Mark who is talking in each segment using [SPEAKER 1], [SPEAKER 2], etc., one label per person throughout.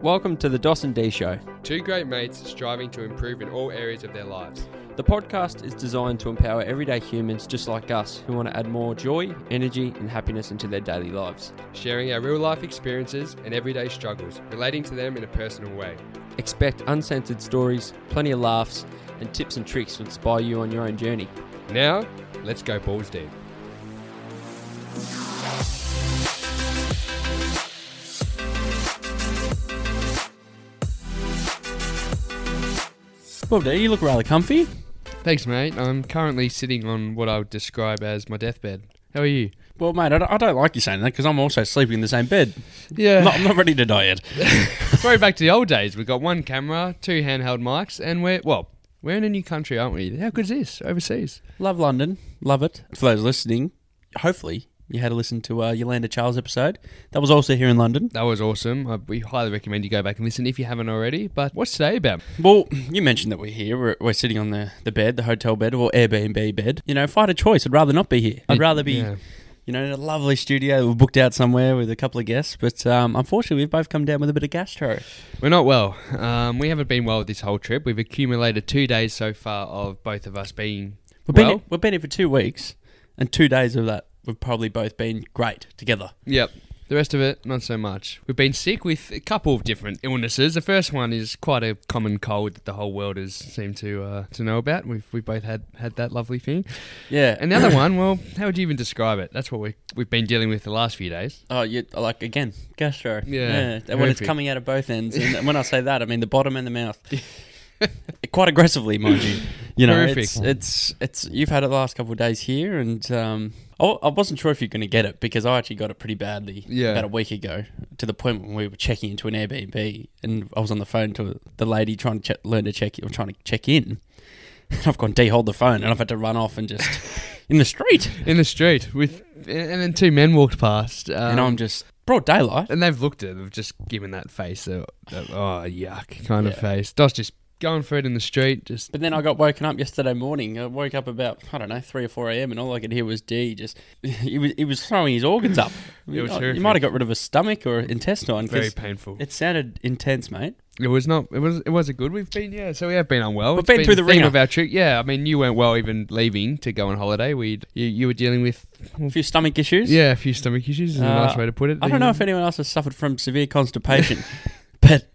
[SPEAKER 1] Welcome to the Dawson D Show.
[SPEAKER 2] Two great mates striving to improve in all areas of their lives.
[SPEAKER 1] The podcast is designed to empower everyday humans just like us who want to add more joy, energy, and happiness into their daily lives.
[SPEAKER 2] sharing our real life experiences and everyday struggles, relating to them in a personal way.
[SPEAKER 1] Expect uncensored stories, plenty of laughs, and tips and tricks to inspire you on your own journey.
[SPEAKER 2] Now, let's go balls deep.
[SPEAKER 3] Well, D, you look rather comfy.
[SPEAKER 2] Thanks, mate. I'm currently sitting on what I would describe as my deathbed. How are you?
[SPEAKER 3] Well, mate, I don't, I don't like you saying that because I'm also sleeping in the same bed.
[SPEAKER 2] Yeah.
[SPEAKER 3] I'm not, I'm not ready to die yet.
[SPEAKER 2] Throw back to the old days. We've got one camera, two handheld mics, and we're, well, we're in a new country, aren't we? How good's this? Overseas.
[SPEAKER 3] Love London. Love it. For those listening, hopefully you had to listen to uh, Yolanda Charles episode. That was also here in London.
[SPEAKER 2] That was awesome. I, we highly recommend you go back and listen if you haven't already. But what's today about?
[SPEAKER 3] Well, you mentioned that we're here. We're, we're sitting on the, the bed, the hotel bed or Airbnb bed. You know, if I had a choice, I'd rather not be here. I'd rather be,
[SPEAKER 2] Yeah.
[SPEAKER 3] you know, in a lovely studio We're booked out somewhere with a couple of guests. But um, unfortunately, we've both come down with a bit of gastro.
[SPEAKER 2] We're not well. Um, we haven't been well this whole trip. We've accumulated two days so far of both of us being
[SPEAKER 3] We've been,
[SPEAKER 2] Well-
[SPEAKER 3] we've been here for two weeks, and two days of that, we've probably both been great together.
[SPEAKER 2] Yep. The rest of it, not so much. We've been sick with a couple of different illnesses. The first one is quite a common cold that the whole world is seem to uh, to know about. We've we both had had that lovely thing.
[SPEAKER 3] Yeah,
[SPEAKER 2] And the other one, well, how would you even describe it? That's what we we've been dealing with the last few days.
[SPEAKER 3] oh, you like again gastro.
[SPEAKER 2] Yeah,
[SPEAKER 3] and when it's
[SPEAKER 2] horrific.
[SPEAKER 3] coming out of both ends, and when I say that, I mean the bottom and the mouth, quite aggressively, mind you. You know,
[SPEAKER 2] Horrific.
[SPEAKER 3] it's, it's it's you've had it the last couple of days here, and um, I, I wasn't sure if you're going to get it because I actually got it pretty badly
[SPEAKER 2] Yeah.
[SPEAKER 3] about a week ago to the point when we were checking into an Airbnb, and I was on the phone to the lady trying to check, learn to check or trying to check in. And I've gone de hold the phone, and I've had to run off and just in the street,
[SPEAKER 2] In the street with and then two men walked past. Um,
[SPEAKER 3] and I'm just broad daylight.
[SPEAKER 2] and they've looked at it, they've just given that face, that, that oh yuck kind of
[SPEAKER 3] Yeah.
[SPEAKER 2] face. Dos just going for it in the street, just
[SPEAKER 3] But then I got woken up yesterday morning. I woke up about I don't know three or four a.m. and all I could hear was D. Just he was he was throwing his organs
[SPEAKER 2] It
[SPEAKER 3] up.
[SPEAKER 2] was
[SPEAKER 3] You know,
[SPEAKER 2] horrific.
[SPEAKER 3] you might have got rid of a stomach or intestine.
[SPEAKER 2] very
[SPEAKER 3] 'cause
[SPEAKER 2] painful.
[SPEAKER 3] it sounded intense, mate.
[SPEAKER 2] It was not. It was. It wasn't good. We've been. Yeah. So we have been unwell.
[SPEAKER 3] We've
[SPEAKER 2] It's
[SPEAKER 3] been through the
[SPEAKER 2] theme
[SPEAKER 3] ringer.
[SPEAKER 2] of our trip. Yeah. I mean, you weren't well even leaving to go on holiday. We. You, you were dealing with.
[SPEAKER 3] A few stomach issues.
[SPEAKER 2] Yeah, um, a few stomach issues. Is a nice
[SPEAKER 3] Uh,
[SPEAKER 2] way to put it.
[SPEAKER 3] I don't know if anyone else has suffered from severe constipation, but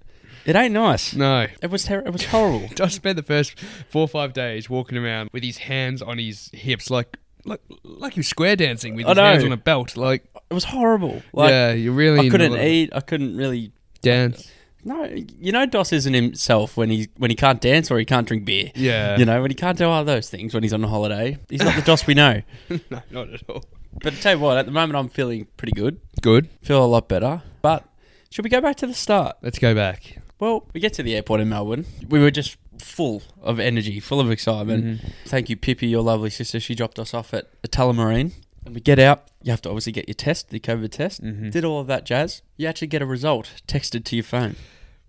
[SPEAKER 3] it ain't nice.
[SPEAKER 2] No.
[SPEAKER 3] It was ter- it was horrible.
[SPEAKER 2] I spent the first four or five days walking around with his hands on his hips, like like like he was square dancing with
[SPEAKER 3] I
[SPEAKER 2] his hands
[SPEAKER 3] know.
[SPEAKER 2] on a belt. Like,
[SPEAKER 3] It was horrible. Like
[SPEAKER 2] yeah, you really.
[SPEAKER 3] I
[SPEAKER 2] in
[SPEAKER 3] couldn't
[SPEAKER 2] the-
[SPEAKER 3] eat. I couldn't really.
[SPEAKER 2] dance.
[SPEAKER 3] No, you know Dos isn't himself when he when he can't dance or he can't drink beer.
[SPEAKER 2] Yeah.
[SPEAKER 3] You know when he can't do all those things when he's on holiday. He's not the Dos we know.
[SPEAKER 2] no, not at all.
[SPEAKER 3] But I tell you what, at the moment I'm feeling pretty good.
[SPEAKER 2] Good.
[SPEAKER 3] Feel a lot better. But should we go back to the start?
[SPEAKER 2] Let's go back.
[SPEAKER 3] Well, we get to the airport in Melbourne. We were just full of energy, full of excitement.
[SPEAKER 2] Mm-hmm.
[SPEAKER 3] Thank you, Pippi, your lovely sister. She dropped us off at a Tullamarine. And we get out. You have to obviously get your test, the COVID test.
[SPEAKER 2] Mm-hmm.
[SPEAKER 3] Did all of that jazz. You actually get a result texted to your phone.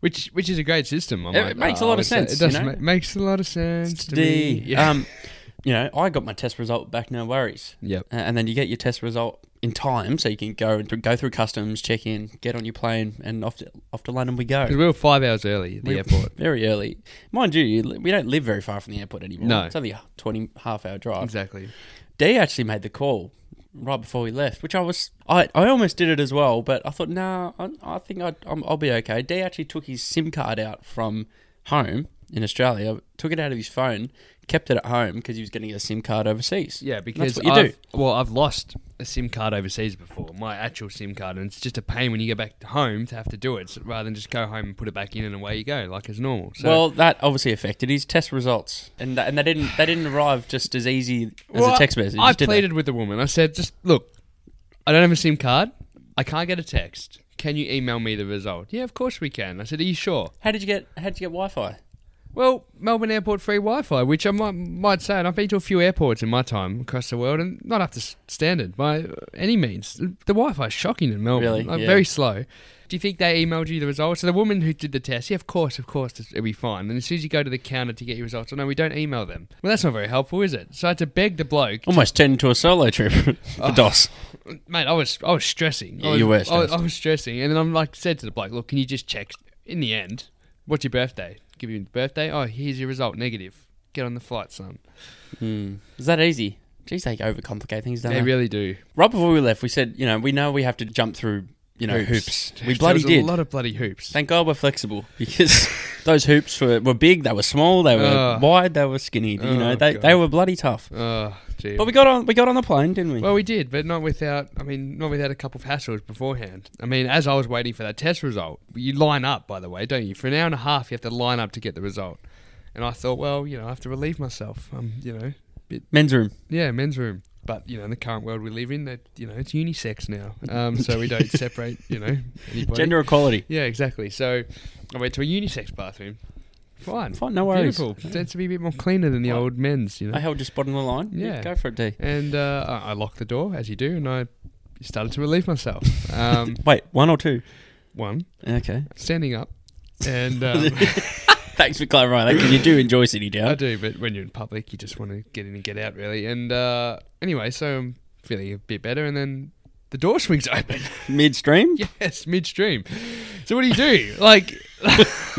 [SPEAKER 2] Which which is a great system. I
[SPEAKER 3] It
[SPEAKER 2] might-
[SPEAKER 3] makes a
[SPEAKER 2] I
[SPEAKER 3] lot of
[SPEAKER 2] would say.
[SPEAKER 3] sense,
[SPEAKER 2] It does
[SPEAKER 3] you know?
[SPEAKER 2] ma- makes a lot of sense. To me.
[SPEAKER 3] D. Um, you know, I got my test result back, no worries.
[SPEAKER 2] Yep.
[SPEAKER 3] Uh, and then you get your test result in time, so you can go and th- go through customs, check in, get on your plane, and off to, off to London we go.
[SPEAKER 2] Because we were five hours early at the
[SPEAKER 3] We-
[SPEAKER 2] airport.
[SPEAKER 3] Very early, mind you. you li- We don't live very far from the airport anymore.
[SPEAKER 2] No.
[SPEAKER 3] it's only a 20 half hour drive.
[SPEAKER 2] Exactly.
[SPEAKER 3] D actually made the call right before we left, which I was I, I almost did it as well, but I thought nah, I, I think I'd, I'm, I'll be okay. D actually took his SIM card out from home in Australia, took it out of his phone, kept it at home because he was getting a SIM card overseas.
[SPEAKER 2] Yeah, because
[SPEAKER 3] what you
[SPEAKER 2] I've,
[SPEAKER 3] do.
[SPEAKER 2] Well, I've lost a SIM card overseas before, my actual SIM card, and it's just a pain when you go back home to have to do it so, rather than just go home and put it back in and away you go like as normal. So,
[SPEAKER 3] well, that obviously affected his test results, and and they didn't they didn't arrive just as easy as
[SPEAKER 2] Well,
[SPEAKER 3] a text message.
[SPEAKER 2] I
[SPEAKER 3] did they?
[SPEAKER 2] pleaded with the woman. I said, just look, I don't have a SIM card. I can't get a text. Can you email me the result? Yeah, of course we can. I said, are you sure?
[SPEAKER 3] How did you get How did you get Wi-Fi?
[SPEAKER 2] Well, Melbourne Airport free Wi-Fi, which I might, might say, and I've been to a few airports in my time across the world, and not up to s- standard by uh, any means. The Wi-Fi is shocking in Melbourne,
[SPEAKER 3] Really?
[SPEAKER 2] like
[SPEAKER 3] Yeah.
[SPEAKER 2] very slow. Do you think they emailed you the results? So the woman who did the test, yeah, of course, of course, this- it'll be fine. And as soon as you go to the counter to get your results, oh no, we don't email them. Well, that's not very helpful, is it? So I had to beg the bloke.
[SPEAKER 3] Almost turned into a solo trip for DOS.
[SPEAKER 2] Mate, I was I was stressing. I
[SPEAKER 3] Yeah,
[SPEAKER 2] was,
[SPEAKER 3] you were
[SPEAKER 2] I was,
[SPEAKER 3] stressed.
[SPEAKER 2] I was stressing, and then I'm like said to the bloke, look, can you just check? in the end, what's your birthday? Give you your birthday. Oh, here's your result. Negative. Get on the flight, son.
[SPEAKER 3] Hmm. Is that easy? Geez, they overcomplicate things, don't
[SPEAKER 2] They
[SPEAKER 3] they?
[SPEAKER 2] really do.
[SPEAKER 3] right before we left, we said, you know, we know we have to jump through, you know, hoops. We bloody
[SPEAKER 2] There was
[SPEAKER 3] did.
[SPEAKER 2] a lot of bloody hoops.
[SPEAKER 3] Thank God we're flexible because those hoops were, were big, they were small, they were
[SPEAKER 2] Oh.
[SPEAKER 3] wide, they were skinny. You know,
[SPEAKER 2] Oh,
[SPEAKER 3] they,
[SPEAKER 2] God.
[SPEAKER 3] they were bloody tough.
[SPEAKER 2] oh, gee.
[SPEAKER 3] But we got on we got on the plane, didn't we?
[SPEAKER 2] Well, we did, but not without. I mean, not without a couple of hassles beforehand. I mean, as I was waiting for that test result, you line up, by the way, don't you? For an hour and a half, you have to line up to get the result. And I thought, well, you know, I have to relieve myself. Um, you know,
[SPEAKER 3] Men's room.
[SPEAKER 2] yeah, men's room. But you know, in the current world we live in, that you know, it's unisex now. Um, so we don't separate. You know, anybody.
[SPEAKER 3] Gender equality.
[SPEAKER 2] Yeah, exactly. So I went to a unisex bathroom. Fine,
[SPEAKER 3] Fine, no worries.
[SPEAKER 2] beautiful. Tends to be a bit more cleaner than the
[SPEAKER 3] Fine.
[SPEAKER 2] old men's. You know.
[SPEAKER 3] I held your spot on the line. Yeah.
[SPEAKER 2] Yeah.
[SPEAKER 3] go for it, D.
[SPEAKER 2] and uh, I I locked the door as you do, and I started to relieve myself. Um,
[SPEAKER 3] Wait, one or two?
[SPEAKER 2] one,
[SPEAKER 3] Okay.
[SPEAKER 2] standing up, and um,
[SPEAKER 3] Thanks for clarifying that 'cause you do enjoy sitting
[SPEAKER 2] I
[SPEAKER 3] down.
[SPEAKER 2] do, but when you're in public, you just want to get in and get out, really. And uh, anyway, so I'm feeling a bit better, and then the door swings open.
[SPEAKER 3] Midstream?
[SPEAKER 2] yes, midstream. So what do you do? Like,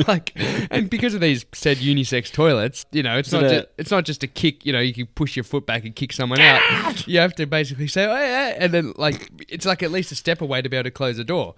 [SPEAKER 2] like, and because of these said unisex toilets, you know, it's
[SPEAKER 3] Is
[SPEAKER 2] not
[SPEAKER 3] it a-
[SPEAKER 2] ju- it's not just a kick. You know, you can push your foot back and kick someone out. You have to basically say, oh, yeah, and then like it's like at least a step away to be able to close the door.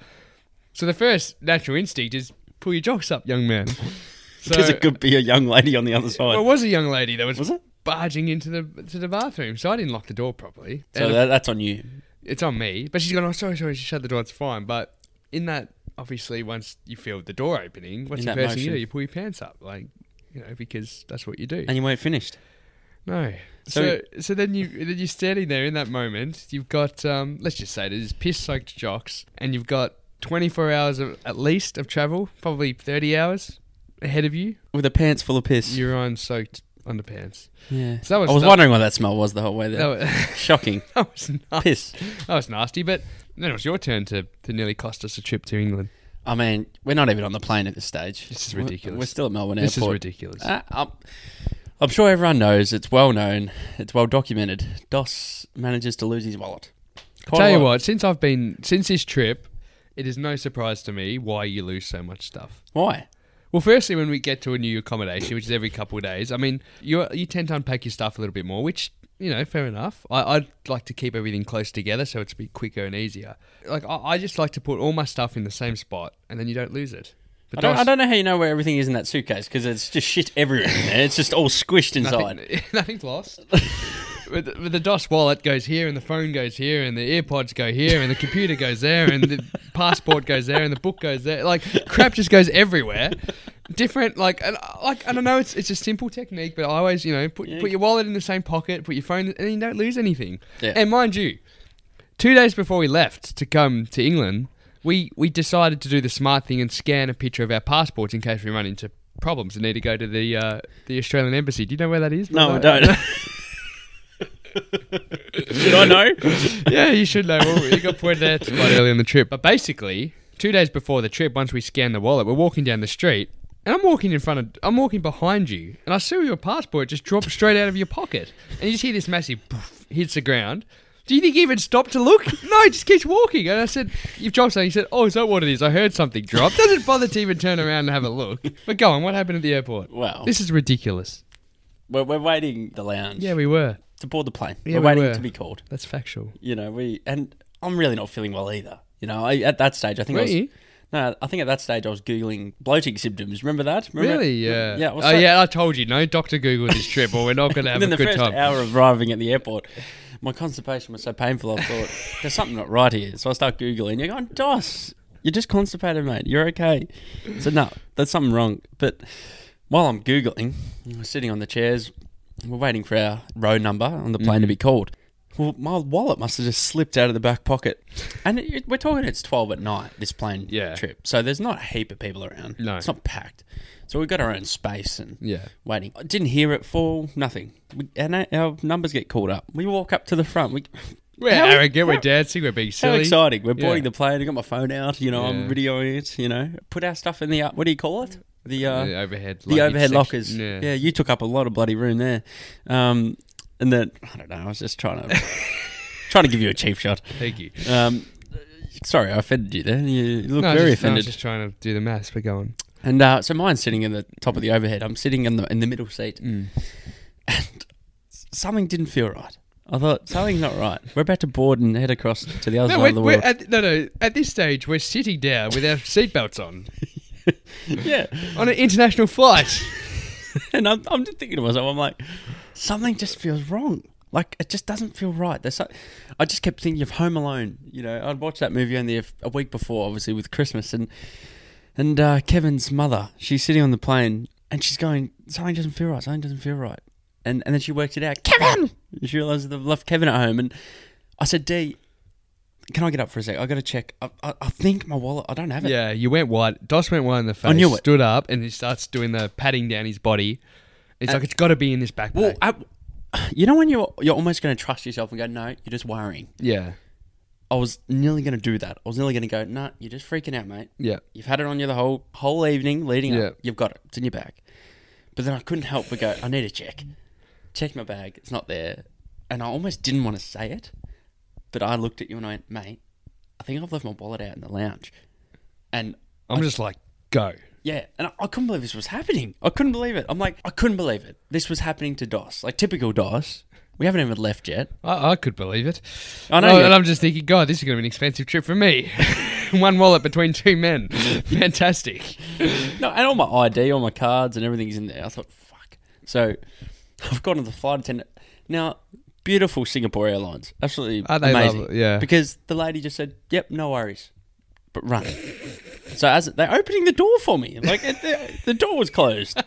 [SPEAKER 2] So the first natural instinct is pull your jocks up, young man. So
[SPEAKER 3] Because it could be a young lady on the other
[SPEAKER 2] well, it
[SPEAKER 3] side.
[SPEAKER 2] was a young lady that was,
[SPEAKER 3] Was it?
[SPEAKER 2] barging into the to the bathroom, so I didn't lock the door properly.
[SPEAKER 3] So
[SPEAKER 2] And
[SPEAKER 3] that, that's on you.
[SPEAKER 2] it's on me. But she's going, oh, sorry, sorry, she shut the door, it's fine. But in that, obviously, once you feel the door opening, what's
[SPEAKER 3] In
[SPEAKER 2] the
[SPEAKER 3] that
[SPEAKER 2] first thing you
[SPEAKER 3] motion.
[SPEAKER 2] do? You pull your pants up, like, you know, because that's what you do.
[SPEAKER 3] And you weren't finished.
[SPEAKER 2] no.
[SPEAKER 3] So-
[SPEAKER 2] So, so then you then you're standing there in that moment. You've got um, let's just say it is piss soaked jocks, and you've got 24 hours of, at least of travel, probably 30 hours ahead of you.
[SPEAKER 3] With the pants full of piss.
[SPEAKER 2] Urine soaked underpants.
[SPEAKER 3] yeah.
[SPEAKER 2] So that was
[SPEAKER 3] I was
[SPEAKER 2] that-
[SPEAKER 3] wondering what that smell was the whole way
[SPEAKER 2] That
[SPEAKER 3] there.
[SPEAKER 2] was,
[SPEAKER 3] Shocking.
[SPEAKER 2] that was nasty.
[SPEAKER 3] Piss.
[SPEAKER 2] That was nasty. But then it was your turn to to nearly cost us a trip to England.
[SPEAKER 3] I mean, we're not even on the plane at this stage.
[SPEAKER 2] This is
[SPEAKER 3] We're-
[SPEAKER 2] ridiculous.
[SPEAKER 3] We're still at Melbourne
[SPEAKER 2] This is
[SPEAKER 3] Airport.
[SPEAKER 2] ridiculous.
[SPEAKER 3] Uh, I'm, I'm sure everyone knows. It's well known. It's well documented. Dos manages to lose his wallet. Quite
[SPEAKER 2] Tell
[SPEAKER 3] a
[SPEAKER 2] you
[SPEAKER 3] lot.
[SPEAKER 2] what, since I've been since this trip, it is no surprise to me why you lose so much stuff.
[SPEAKER 3] Why?
[SPEAKER 2] Well, firstly, when we get to a new accommodation, which is every couple of days, I mean, you you tend to unpack your stuff a little bit more, which you know, fair enough. I, I'd like to keep everything close together so it's a bit quicker and easier. Like I, I just like to put all my stuff in the same spot, and then you don't lose it. But
[SPEAKER 3] I don't,
[SPEAKER 2] Dos-
[SPEAKER 3] I don't know how you know where everything is in that suitcase because it's just shit everywhere in there. It's just all squished inside.
[SPEAKER 2] Nothing, nothing's lost. with, the, with the DOS wallet goes here, and the phone goes here, and the earpods go here, and the computer goes there, and the passport goes there, and the book goes there. Like crap just goes everywhere. Different, like, and, uh, like, and I know it's it's a simple technique, but I always, you know, put
[SPEAKER 3] Yeah.
[SPEAKER 2] put your wallet in the same pocket, put your phone, and you don't lose anything.
[SPEAKER 3] Yeah.
[SPEAKER 2] And mind you, two days before we left to come to England, we, we decided to do the smart thing and scan a picture of our passports in case we run into problems and need to go to the uh, the Australian embassy. Do you know where that is?
[SPEAKER 3] No, I
[SPEAKER 2] Bravo?
[SPEAKER 3] don't. Should I know?
[SPEAKER 2] yeah, you should know. Well, you got pointed out quite early on the trip. But basically, two days before the trip, once we scanned the wallet, we're walking down the street. And I'm walking in front of, I'm walking behind you, and I saw your passport just drop straight out of your pocket, and you just hear this massive poof, hits the ground. Do you think he even stopped to look? No, he just keeps walking. And I said, "You've dropped something." He said, "Oh, is that what it is? I heard something drop." Doesn't bother to even turn around and have a look. But go on, what happened at the airport?
[SPEAKER 3] Well,
[SPEAKER 2] This is ridiculous.
[SPEAKER 3] we're, we're waiting the lounge
[SPEAKER 2] Yeah, we were.
[SPEAKER 3] to board the plane.
[SPEAKER 2] Yeah,
[SPEAKER 3] we're
[SPEAKER 2] we
[SPEAKER 3] waiting
[SPEAKER 2] were.
[SPEAKER 3] to be called.
[SPEAKER 2] That's factual.
[SPEAKER 3] You know, we and I'm really not feeling well either. You know, I, at that stage, I think I
[SPEAKER 2] Weren't
[SPEAKER 3] was,
[SPEAKER 2] you?
[SPEAKER 3] No, I think at that stage I was googling bloating symptoms. Remember that? Remember-
[SPEAKER 2] Really? Yeah.
[SPEAKER 3] Yeah. well,
[SPEAKER 2] oh,
[SPEAKER 3] so-
[SPEAKER 2] yeah. I told you, no Doctor Google this trip, or we're not going to have
[SPEAKER 3] Within
[SPEAKER 2] a
[SPEAKER 3] the
[SPEAKER 2] good
[SPEAKER 3] first
[SPEAKER 2] time.
[SPEAKER 3] hour of arriving at the airport, my constipation was so painful. I thought there's something not right here. So I start googling. You're going, Dos, you're just constipated, mate. You're okay. So no, there's something wrong. But while I'm googling, we're sitting on the chairs. We're waiting for our row number on the plane to
[SPEAKER 2] Mm-hmm.
[SPEAKER 3] be called. Well, my wallet must have just slipped out of the back pocket. And it, it- we're talking it's 12 at night, this plane
[SPEAKER 2] Yeah.
[SPEAKER 3] trip. So there's not a heap of people around.
[SPEAKER 2] No.
[SPEAKER 3] It's not packed. So we've got our own space and
[SPEAKER 2] Yeah.
[SPEAKER 3] waiting. I didn't hear it fall, nothing. We, and our, our numbers get called up. We walk up to the front. We,
[SPEAKER 2] We're
[SPEAKER 3] How-
[SPEAKER 2] arrogant. We're
[SPEAKER 3] how-
[SPEAKER 2] dancing. We're being
[SPEAKER 3] how
[SPEAKER 2] silly.
[SPEAKER 3] exciting. We're boarding
[SPEAKER 2] Yeah.
[SPEAKER 3] the plane. I got my phone out, you know, I'm
[SPEAKER 2] Yeah.
[SPEAKER 3] videoing it, you know. Put our stuff in the, uh, what do you call it? The, uh,
[SPEAKER 2] the overhead.
[SPEAKER 3] the
[SPEAKER 2] luggage
[SPEAKER 3] overhead
[SPEAKER 2] section.
[SPEAKER 3] lockers.
[SPEAKER 2] Yeah.
[SPEAKER 3] Yeah. you took up a lot of bloody room there. Um, and then, I don't know, I was just trying to, trying to give you a cheap shot.
[SPEAKER 2] Thank you.
[SPEAKER 3] Um, sorry, I offended you there. You look
[SPEAKER 2] No, I was
[SPEAKER 3] very
[SPEAKER 2] just- no, I was
[SPEAKER 3] offended.
[SPEAKER 2] just trying to do the maths. We're going.
[SPEAKER 3] And uh, so mine's sitting in the top of the overhead. I'm sitting in the in the middle seat,
[SPEAKER 2] Mm.
[SPEAKER 3] and s- something didn't feel right. I thought something's not right. We're about to board and head across to the
[SPEAKER 2] No,
[SPEAKER 3] other side
[SPEAKER 2] we're,
[SPEAKER 3] of the
[SPEAKER 2] we're
[SPEAKER 3] world.
[SPEAKER 2] at, no, no. At this stage, we're sitting down with our seatbelts on
[SPEAKER 3] yeah,
[SPEAKER 2] on an international flight.
[SPEAKER 3] and I'm, I'm just thinking to myself, I'm like, something just feels wrong. Like it just doesn't feel right. There's so, I just kept thinking of Home Alone. You know, I'd watched that movie only a, a week before, obviously with Christmas, and and uh, Kevin's mother. She's sitting on the plane and she's going, something doesn't feel right. Something doesn't feel right. And and then she works it out. Kevin. And she realizes they've left Kevin at home. And I said, D, can I get up for a sec? I got to check. I, I, I think my wallet. I don't have it.
[SPEAKER 2] yeah, you went white. Dos went white in the face.
[SPEAKER 3] knew it.
[SPEAKER 2] Stood up and he starts doing the patting down his body. It's like it's got to be in this backpack.
[SPEAKER 3] Well, I, you know when you're you're almost going to trust yourself and go, no, you're just worrying.
[SPEAKER 2] yeah,
[SPEAKER 3] I was nearly going to do that. I was nearly going to go, no, you're just freaking out, mate.
[SPEAKER 2] yeah.
[SPEAKER 3] You've had it on you the whole whole evening leading
[SPEAKER 2] Yeah.
[SPEAKER 3] up. You've got it. It's in your bag. But then I couldn't help but go, I need to check. Check my bag. It's not there. And I almost didn't want to say it. But I looked at you and I went, mate, I think I've left my wallet out in the lounge. And
[SPEAKER 2] I'm just like go.
[SPEAKER 3] yeah, and I, I couldn't believe this was happening. I couldn't believe it. I'm like, I couldn't believe it. This was happening to DOS. Like typical DOS. We haven't even left yet.
[SPEAKER 2] I, I could believe it.
[SPEAKER 3] I know
[SPEAKER 2] Oh,
[SPEAKER 3] you-
[SPEAKER 2] and I'm just thinking, God, this is going to be an expensive trip for me. One wallet between two men. Fantastic.
[SPEAKER 3] No, and all my ID, all my cards, and everything's in there. I thought, fuck. So I've gone to the flight attendant. Now, beautiful Singapore Airlines. Absolutely
[SPEAKER 2] Aren't Ah, they
[SPEAKER 3] amazing.
[SPEAKER 2] lovely? Yeah.
[SPEAKER 3] Because the lady just said, yep, no worries, but run. so as they're opening the door for me. Like, it, the, the door was closed.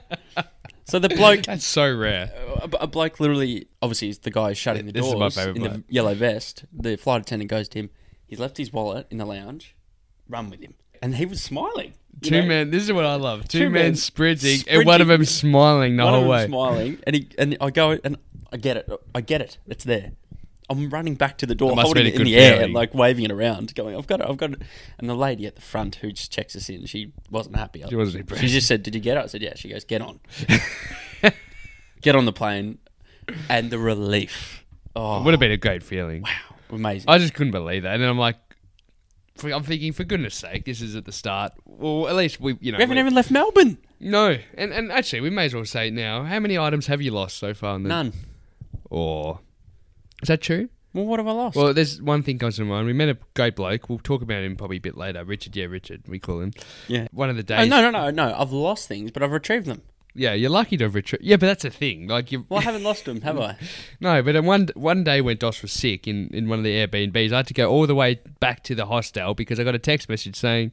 [SPEAKER 3] So the bloke,
[SPEAKER 2] That's so rare.
[SPEAKER 3] a, a bloke literally, obviously, it's the guy shutting the
[SPEAKER 2] This is my
[SPEAKER 3] doors
[SPEAKER 2] favourite
[SPEAKER 3] in the
[SPEAKER 2] bloke.
[SPEAKER 3] yellow vest. The flight attendant goes to him, he's left his wallet in the lounge, run with him. And he was smiling. you
[SPEAKER 2] Two
[SPEAKER 3] know?
[SPEAKER 2] men. This is what I love. Two,
[SPEAKER 3] two
[SPEAKER 2] men
[SPEAKER 3] men
[SPEAKER 2] spritzing, and one of
[SPEAKER 3] sprinting.
[SPEAKER 2] them smiling the
[SPEAKER 3] One
[SPEAKER 2] whole
[SPEAKER 3] of them
[SPEAKER 2] way.
[SPEAKER 3] smiling, and he and I go and I get it, I get it, it's there. I'm running back to the door,
[SPEAKER 2] That must have been
[SPEAKER 3] holding
[SPEAKER 2] a
[SPEAKER 3] it in
[SPEAKER 2] good
[SPEAKER 3] the air,
[SPEAKER 2] feeling.
[SPEAKER 3] like waving it around, going, "I've got it, I've got it." And the lady at the front who just checks us in, she wasn't happy.
[SPEAKER 2] She wasn't impressed.
[SPEAKER 3] She just said, "Did you get it?" I said, "Yeah." She goes, "Get on, get on the plane," and the relief. Oh,
[SPEAKER 2] It would have been a great feeling.
[SPEAKER 3] amazing!
[SPEAKER 2] I just couldn't believe that. And then I'm like, for- I'm thinking, for goodness sake, this is at the start. Well, at least we, you know.
[SPEAKER 3] we haven't even left Melbourne.
[SPEAKER 2] No. And, and actually, we may as well say it now. How many items have you lost so far? In the,
[SPEAKER 3] None.
[SPEAKER 2] Or. Is that true?
[SPEAKER 3] Well, what have I lost?
[SPEAKER 2] Well, there's one thing comes to mind. We met a great bloke. We'll talk about him probably a bit later. Richard, yeah, Richard, we call him.
[SPEAKER 3] yeah.
[SPEAKER 2] One of the days.
[SPEAKER 3] Oh, no, no, no, no. I've lost things, but I've retrieved them.
[SPEAKER 2] Yeah, you're lucky to have retrieved. Yeah, but that's a thing. Like you.
[SPEAKER 3] Well, I haven't lost them, have I?
[SPEAKER 2] No, but then one one day when Dos was sick in, in one of the Airbnbs, I had to go all the way back to the hostel because I got a text message saying,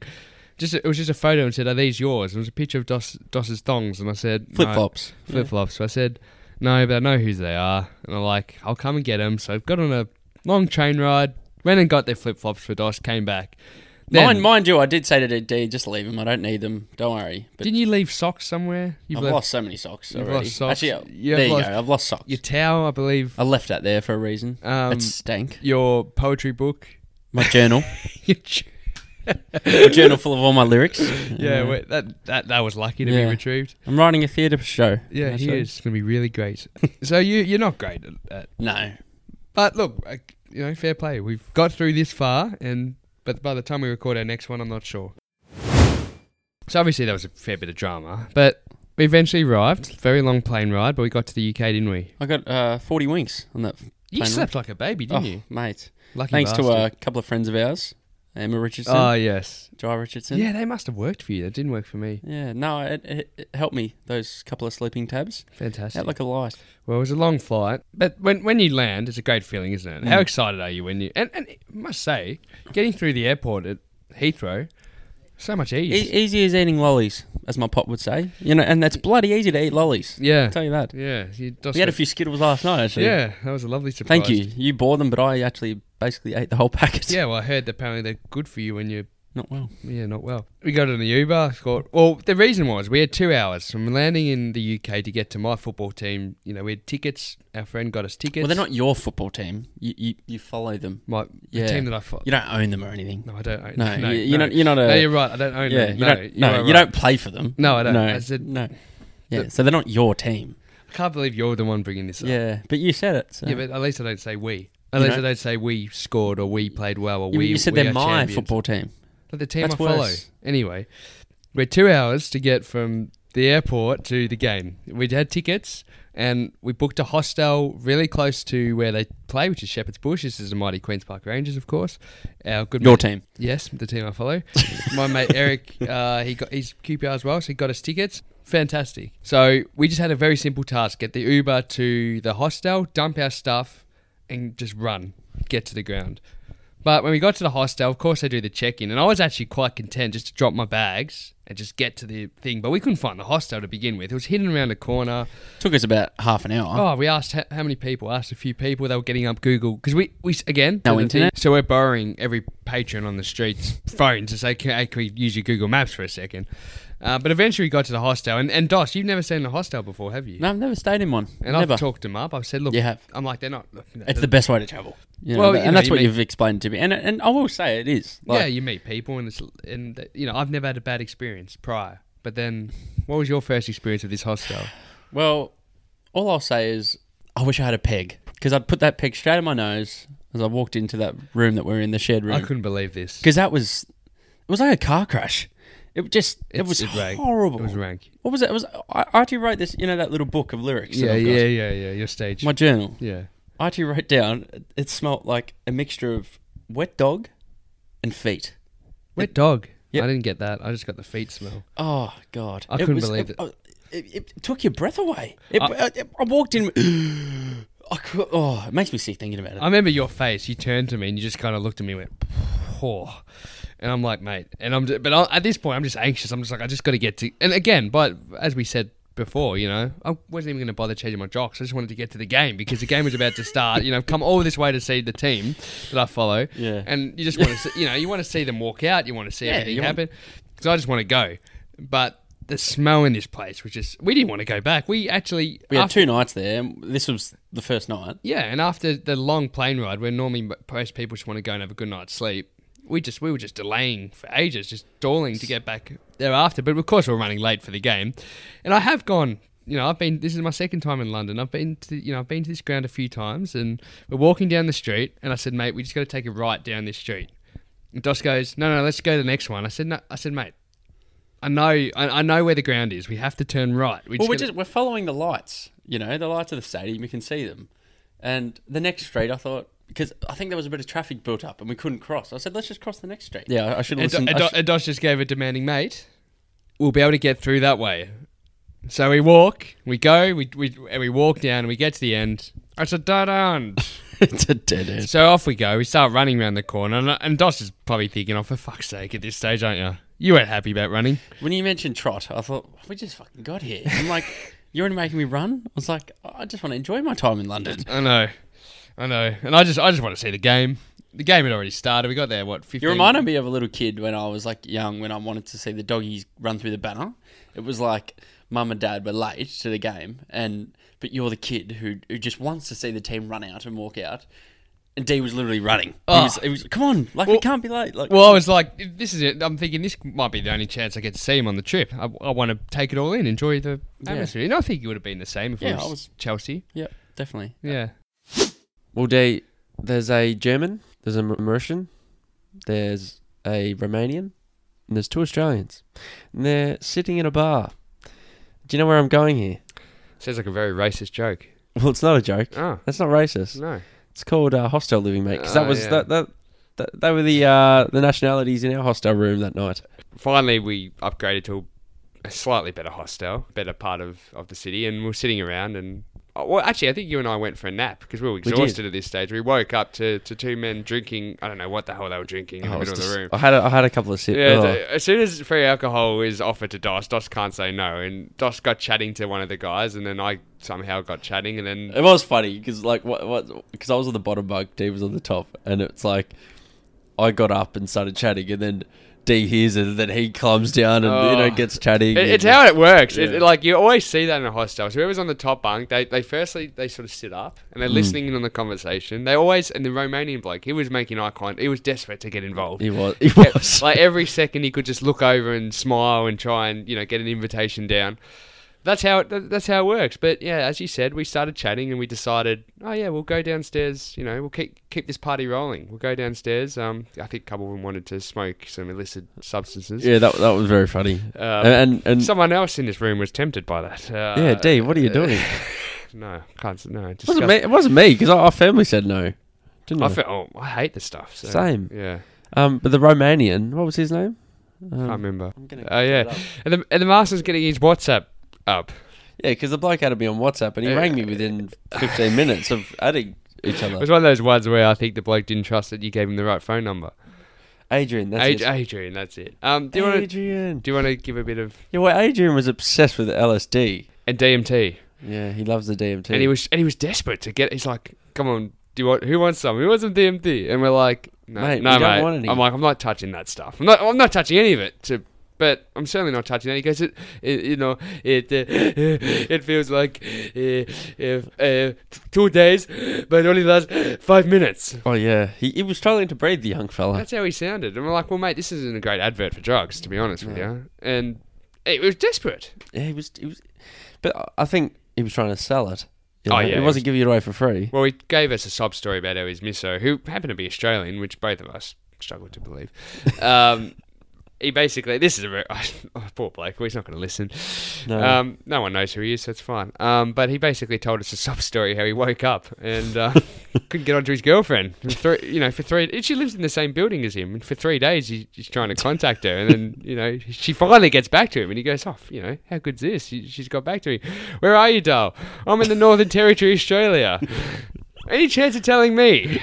[SPEAKER 2] just it was just a photo and said, "Are these yours?" And it was a picture of Dos Dos's thongs, and I said,
[SPEAKER 3] Flip flops.
[SPEAKER 2] flip flops." So I said, "No, but I know whose they are," and I'm like, "I'll come and get them." So I got on a long train ride, went and got their flip flops for Dos, came back. Then,
[SPEAKER 3] mind, mind you, I did say to D, just leave them. I don't need them. Don't worry. But
[SPEAKER 2] didn't you leave socks somewhere? You've
[SPEAKER 3] I've
[SPEAKER 2] left
[SPEAKER 3] lost so many socks
[SPEAKER 2] You've
[SPEAKER 3] already.
[SPEAKER 2] lost socks.
[SPEAKER 3] Actually, I-
[SPEAKER 2] You've
[SPEAKER 3] there you
[SPEAKER 2] lost-
[SPEAKER 3] go. I've lost socks.
[SPEAKER 2] your towel, I believe.
[SPEAKER 3] I left that there for a reason.
[SPEAKER 2] Um,
[SPEAKER 3] it stank.
[SPEAKER 2] Your poetry book.
[SPEAKER 3] My journal.
[SPEAKER 2] Your ch-
[SPEAKER 3] my journal full of all my lyrics.
[SPEAKER 2] Yeah, wait, that, that that was lucky to
[SPEAKER 3] Yeah.
[SPEAKER 2] be retrieved.
[SPEAKER 3] I'm writing a theatre show.
[SPEAKER 2] Yeah,
[SPEAKER 3] That's
[SPEAKER 2] he
[SPEAKER 3] right.
[SPEAKER 2] is. It's gonna be really great. so you you're not great at, at
[SPEAKER 3] No.
[SPEAKER 2] but look, uh, you know, fair play. We've got through this far, and but by the time we record our next one, I'm not sure. So obviously there was a fair bit of drama, but we eventually arrived. Very long plane ride, but we got to the UK, didn't we?
[SPEAKER 3] I got uh, 40 winks on that.
[SPEAKER 2] You
[SPEAKER 3] Plane
[SPEAKER 2] slept like a baby,
[SPEAKER 3] Oh,
[SPEAKER 2] didn't you?
[SPEAKER 3] mate.
[SPEAKER 2] Lucky
[SPEAKER 3] Thanks to uh,
[SPEAKER 2] bastard.
[SPEAKER 3] a couple of friends of ours, Emma Richardson,
[SPEAKER 2] Oh yes,
[SPEAKER 3] Jai Richardson.
[SPEAKER 2] yeah. They must have worked for you. That didn't work for me.
[SPEAKER 3] Yeah, no, it, it, it helped me, those couple of sleeping tabs.
[SPEAKER 2] Fantastic.
[SPEAKER 3] Out like a light.
[SPEAKER 2] Well, it was a long flight, but when when you land, it's a great feeling, isn't it?
[SPEAKER 3] Mm.
[SPEAKER 2] How excited are you when you and, and I must say, getting through the airport at Heathrow, so much
[SPEAKER 3] E-
[SPEAKER 2] ease.
[SPEAKER 3] easy as eating lollies, as my pop would say. You know, and that's bloody easy to eat lollies.
[SPEAKER 2] yeah,
[SPEAKER 3] I'll tell you that.
[SPEAKER 2] yeah. You just
[SPEAKER 3] We had a few Skittles last night, actually.
[SPEAKER 2] yeah, that was a lovely surprise.
[SPEAKER 3] Thank you. You bought them, but I actually basically ate the whole packet.
[SPEAKER 2] Yeah, well, I heard that apparently they're good for you when you're
[SPEAKER 3] Not well.
[SPEAKER 2] yeah not well. We got in the Uber. Got, well, the reason was we had two hours from landing in the UK to get to my football team. You know, we had tickets. Our friend got us tickets.
[SPEAKER 3] well, they're not your football team. You you, you follow them.
[SPEAKER 2] my
[SPEAKER 3] Yeah.
[SPEAKER 2] the team that I fought.
[SPEAKER 3] You don't own them or anything.
[SPEAKER 2] No, I don't. Own,
[SPEAKER 3] No,
[SPEAKER 2] no,
[SPEAKER 3] you, you're
[SPEAKER 2] no.
[SPEAKER 3] not. You're not a.
[SPEAKER 2] No, you're right. I don't own
[SPEAKER 3] yeah,
[SPEAKER 2] them.
[SPEAKER 3] you
[SPEAKER 2] no,
[SPEAKER 3] don't. No,
[SPEAKER 2] are
[SPEAKER 3] you
[SPEAKER 2] right.
[SPEAKER 3] don't play for them.
[SPEAKER 2] No, I don't.
[SPEAKER 3] No,
[SPEAKER 2] I said-
[SPEAKER 3] no. Yeah, so they're not your team.
[SPEAKER 2] I can't believe you're the one bringing this up. Yeah,
[SPEAKER 3] Yeah, but you said it. So.
[SPEAKER 2] but at least I don't say we. At
[SPEAKER 3] You
[SPEAKER 2] least
[SPEAKER 3] know-
[SPEAKER 2] I don't say we scored or we played well or
[SPEAKER 3] you,
[SPEAKER 2] we.
[SPEAKER 3] you said
[SPEAKER 2] we
[SPEAKER 3] they're
[SPEAKER 2] are
[SPEAKER 3] my
[SPEAKER 2] champions.
[SPEAKER 3] football team.
[SPEAKER 2] But the team
[SPEAKER 3] That's
[SPEAKER 2] I follow.
[SPEAKER 3] worse.
[SPEAKER 2] Anyway, We had two hours to get from the airport to the game. We'd had tickets and we booked a hostel really close to where they play, which is Shepherd's Bush. This is the mighty Queens Park Rangers, of course. Our good
[SPEAKER 3] Your
[SPEAKER 2] mate-
[SPEAKER 3] team.
[SPEAKER 2] Yes, the team I follow. My mate Eric, uh, he got he's QPR as well, so he got us tickets. Fantastic. So we just had a very simple task: get the Uber to the hostel, dump our stuff, and just run, get to the ground. But when we got to the hostel, of course they do the check-in, and I was actually quite content just to drop my bags and just get to the thing. But we couldn't find the hostel to begin with; it was hidden around a corner.
[SPEAKER 3] Took us about half an hour.
[SPEAKER 2] Oh, we asked ho- how many people. Asked a few people. They were getting up Google because we we s- again
[SPEAKER 3] No
[SPEAKER 2] the thing-
[SPEAKER 3] internet.
[SPEAKER 2] so we're borrowing every patron on the streets phone to say, can, hey, can we use your Google Maps for a second? Uh, but eventually we got to the hostel, and, and Dos, you've never seen a hostel before, have you?
[SPEAKER 3] No, I've never stayed in one.
[SPEAKER 2] And
[SPEAKER 3] never.
[SPEAKER 2] I've talked them up. I've said, look,
[SPEAKER 3] You have.
[SPEAKER 2] I'm like, they're not. Look, no,
[SPEAKER 3] it's
[SPEAKER 2] they're-
[SPEAKER 3] the best way to travel. You know,
[SPEAKER 2] Well,
[SPEAKER 3] that-
[SPEAKER 2] you
[SPEAKER 3] and
[SPEAKER 2] know,
[SPEAKER 3] that's
[SPEAKER 2] you
[SPEAKER 3] what
[SPEAKER 2] make-
[SPEAKER 3] you've explained to me. And and I will say it is.
[SPEAKER 2] yeah,
[SPEAKER 3] Like,
[SPEAKER 2] you meet people, and it's and that- you know, I've never had a bad experience prior. But then, what was your first experience of this hostel?
[SPEAKER 3] Well, all I'll say is I wish I had a peg because I'd put that peg straight in my nose as I walked into that room that we we're in, the shared
[SPEAKER 2] I
[SPEAKER 3] room.
[SPEAKER 2] couldn't believe this.
[SPEAKER 3] Because that was, it was like a car crash. It just, it
[SPEAKER 2] It's-
[SPEAKER 3] was
[SPEAKER 2] it rang.
[SPEAKER 3] horrible.
[SPEAKER 2] It was rank.
[SPEAKER 3] what was it? it was, I, I actually wrote this, you know, that little book of lyrics. that
[SPEAKER 2] Yeah,
[SPEAKER 3] I've got.
[SPEAKER 2] yeah, yeah, yeah. Your stage.
[SPEAKER 3] My journal.
[SPEAKER 2] yeah.
[SPEAKER 3] I actually wrote down, it smelt like a mixture of wet dog and feet.
[SPEAKER 2] Wet dog.
[SPEAKER 3] Yep.
[SPEAKER 2] I didn't get that. I just got the feet smell.
[SPEAKER 3] Oh God!
[SPEAKER 2] I couldn't believe it.
[SPEAKER 3] oh, It, it, took your breath away. It, I, it, I walked in. I cou- oh, it makes me sick thinking about it.
[SPEAKER 2] I remember your face. You turned to me and you just kind of looked at me and went, oh. And I'm like, mate. And I'm, just, but I, at this point, I'm just anxious. I'm just like, I just got to get to. And again, but as we said before, you know, I wasn't even going to bother changing my jocks. I just wanted to get to the game because the game was about to start. You know, I've come all this way to see the team that I follow.
[SPEAKER 3] Yeah.
[SPEAKER 2] And you just want to, see, you know, you want to see them walk out. You want to see everything
[SPEAKER 3] you want-
[SPEAKER 2] happen. Because I just want to go. But the smell in this place was just, we didn't want to go back. We actually,
[SPEAKER 3] we had
[SPEAKER 2] after-
[SPEAKER 3] two nights there. and This was the first night.
[SPEAKER 2] yeah, and after the long plane ride, where normally m- most people just want to go and have a good night's sleep, we just we were just delaying for ages, just stalling to get back thereafter. But of course, we we're running late for the game, and I have gone. You know, I've been. This is my second time in London. I've been to you know I've been to this ground a few times, and we're walking down the street, and I said, mate, we just got to take a right down this street. And Dos goes, no, no, let's go to the next one. I said, no, I said, mate. I know, I, I know where the ground is. We have to turn right. We
[SPEAKER 3] Well, we're
[SPEAKER 2] gotta-
[SPEAKER 3] just we're following the lights. You know, the lights of the stadium. You can see them. And the next street, I thought because I think there was a bit of traffic built up and we couldn't cross. I said, let's just cross the next street. Yeah, I- I should
[SPEAKER 2] And, Do-
[SPEAKER 3] listen.
[SPEAKER 2] and Do- and Dosh just gave a demanding mate. We'll be able to get through that way. So we walk, we go, we, we and we walk down, and we get to the end. It's a dead end.
[SPEAKER 3] it's a dead end.
[SPEAKER 2] so off we go. We start running around the corner, and, and Dosh is probably thinking, "Oh, for fuck's sake!" At this stage, aren't you? You weren't happy about running.
[SPEAKER 3] When you mentioned trot, I thought we just fucking got here. I'm like, you're only making me run. I was like, I just want to enjoy my time in London.
[SPEAKER 2] I know, I know, and I just, I just want to see the game. The game had already started. We got there what? 15,
[SPEAKER 3] You reminded me of a little kid when I was like young, when I wanted to see the doggies run through the banner. It was like mum and dad were late to the game, and but you're the kid who who just wants to see the team run out and walk out. And D was literally running. He was, he was, come on, like we can't be late. Like,
[SPEAKER 2] Ah. Well, I was like, this is it. I'm thinking this might be the only chance I get to see him on the trip. I, I want to take it all in, enjoy the atmosphere. And I think it would have been the same if
[SPEAKER 3] Yeah,
[SPEAKER 2] it was,
[SPEAKER 3] I was-
[SPEAKER 2] Chelsea.
[SPEAKER 3] yeah, definitely.
[SPEAKER 2] Yeah.
[SPEAKER 1] Well, D, there's a German, there's a Mauritian, there's a Romanian, and there's two Australians. And they're sitting in a bar. Do you know where I'm going here?
[SPEAKER 2] Sounds like a very racist joke.
[SPEAKER 1] Well, it's not a joke.
[SPEAKER 2] Oh,
[SPEAKER 1] That's not racist.
[SPEAKER 2] no.
[SPEAKER 1] It's called uh, hostel living, mate. Because that
[SPEAKER 2] Oh,
[SPEAKER 1] was
[SPEAKER 2] yeah.
[SPEAKER 1] that, that that they were the uh, the nationalities in our hostel room that night.
[SPEAKER 2] Finally, we upgraded to a slightly better hostel, better part of, of the city, and we are sitting around and. oh, Well, actually, I think you and I went for a nap because we were
[SPEAKER 1] did.
[SPEAKER 2] exhausted at this stage. We woke up to, to two men drinking. I don't know what the hell they were drinking in
[SPEAKER 1] Oh,
[SPEAKER 2] the
[SPEAKER 1] it was
[SPEAKER 2] middle of
[SPEAKER 1] just-
[SPEAKER 2] the room.
[SPEAKER 1] I had a, I had a couple of sips.
[SPEAKER 2] Yeah,
[SPEAKER 1] Oh.
[SPEAKER 2] so as soon as free alcohol is offered to Dos, Dos can't say no. And Dos got chatting to one of the guys, and then I somehow got chatting, and then
[SPEAKER 1] It was funny because like what what because I was on the bottom bunk, D was on the top, and it's like I got up and started chatting, and then D hears it, and then he climbs down and you know
[SPEAKER 2] Oh.
[SPEAKER 1] gets chatting.
[SPEAKER 2] it,
[SPEAKER 1] and-
[SPEAKER 2] it's how it works. It,
[SPEAKER 1] Yeah.
[SPEAKER 2] it- like you always see that in a hostel. So whoever's on the top bunk, they, they firstly they sort of sit up and
[SPEAKER 1] Mm.
[SPEAKER 2] they're listening in on the conversation. They always and the Romanian bloke, he was making eye contact. He was desperate to get involved.
[SPEAKER 1] he was. He
[SPEAKER 2] Yeah,
[SPEAKER 1] was.
[SPEAKER 2] like every second he could just look over and smile and try and you know get an invitation down. that's how it, that- that's how it works. But yeah, as you said, we started chatting and we decided, oh yeah, we'll go downstairs. You know, we'll keep keep this party rolling. We'll go downstairs. Um, I think a couple of them wanted to smoke some illicit substances.
[SPEAKER 1] Yeah, that that was very funny.
[SPEAKER 2] Um,
[SPEAKER 1] and and, and
[SPEAKER 2] someone else in this room was tempted by that. Uh,
[SPEAKER 1] yeah, Dave, what are you doing?
[SPEAKER 2] No, can't. s- No,
[SPEAKER 1] It wasn't
[SPEAKER 2] disgust-
[SPEAKER 1] me. It wasn't me because our family said no. Didn't
[SPEAKER 2] I
[SPEAKER 1] I?
[SPEAKER 2] felt. Oh, I hate this stuff. So,
[SPEAKER 1] Same.
[SPEAKER 2] Yeah,
[SPEAKER 1] Um, but the Romanian, what was his name? Um,
[SPEAKER 2] can't remember.
[SPEAKER 1] I'm gonna
[SPEAKER 2] Oh yeah, and the and the master's getting his WhatsApp up.
[SPEAKER 1] yeah, because the bloke had to be on WhatsApp and he
[SPEAKER 2] Uh,
[SPEAKER 1] rang me within 15 minutes of adding each
[SPEAKER 2] It
[SPEAKER 1] other.
[SPEAKER 2] was one of those ones where I think the bloke didn't trust that you gave him the right phone number.
[SPEAKER 1] Adrian, that's
[SPEAKER 2] Ad-
[SPEAKER 1] it.
[SPEAKER 2] Adrian, that's it. Um, do you want to
[SPEAKER 1] Adrian.
[SPEAKER 2] do you want to give a bit of
[SPEAKER 1] Yeah, well, Adrian was obsessed with LSD.
[SPEAKER 2] and DMT?
[SPEAKER 1] Yeah, he loves the DMT.
[SPEAKER 2] And he was and he was desperate to get. He's like, "Come on, do you want? Who wants some? Who wants some DMT?" And we're like, "No,
[SPEAKER 1] Mate,
[SPEAKER 2] no,
[SPEAKER 1] we don't
[SPEAKER 2] mate."
[SPEAKER 1] want any.
[SPEAKER 2] I'm like, "I'm not touching that stuff. I'm not. I'm not touching any of it." To, but I'm certainly not touching that. He goes, "It, it you know, it, uh, it feels like uh, uh, uh, two days, but it only lasts five minutes."
[SPEAKER 1] oh yeah, he, he was struggling to breathe, the young fella.
[SPEAKER 2] That's how he sounded. And we're like, well, mate, this isn't a great advert for drugs, to be honest with
[SPEAKER 1] No.
[SPEAKER 2] you. And it was desperate.
[SPEAKER 1] Yeah, he was. He was, but I- I think he was trying to sell it. you
[SPEAKER 2] Oh,
[SPEAKER 1] know?
[SPEAKER 2] yeah,
[SPEAKER 1] he
[SPEAKER 2] he
[SPEAKER 1] wasn't giving it away for free.
[SPEAKER 2] Well, he gave us a sob story about how his misso, who happened to be Australian, which both of us struggled to believe. Um, he basically, this is a very, oh, poor bloke, well, he's not going to listen.
[SPEAKER 1] No.
[SPEAKER 2] Um, no one knows who he is, so it's fine. Um, but he basically told us a sob story how he woke up and uh, couldn't get onto his girlfriend. For three, you know, for three, and she lives in the same building as him, and for three days he, he's trying to contact her, and then you know she finally gets back to him, and he goes, "Oh, you know, how good's this? She, she's got back to me. Where are you, doll? I'm in the Northern Territory, Australia. Any chance of telling me?"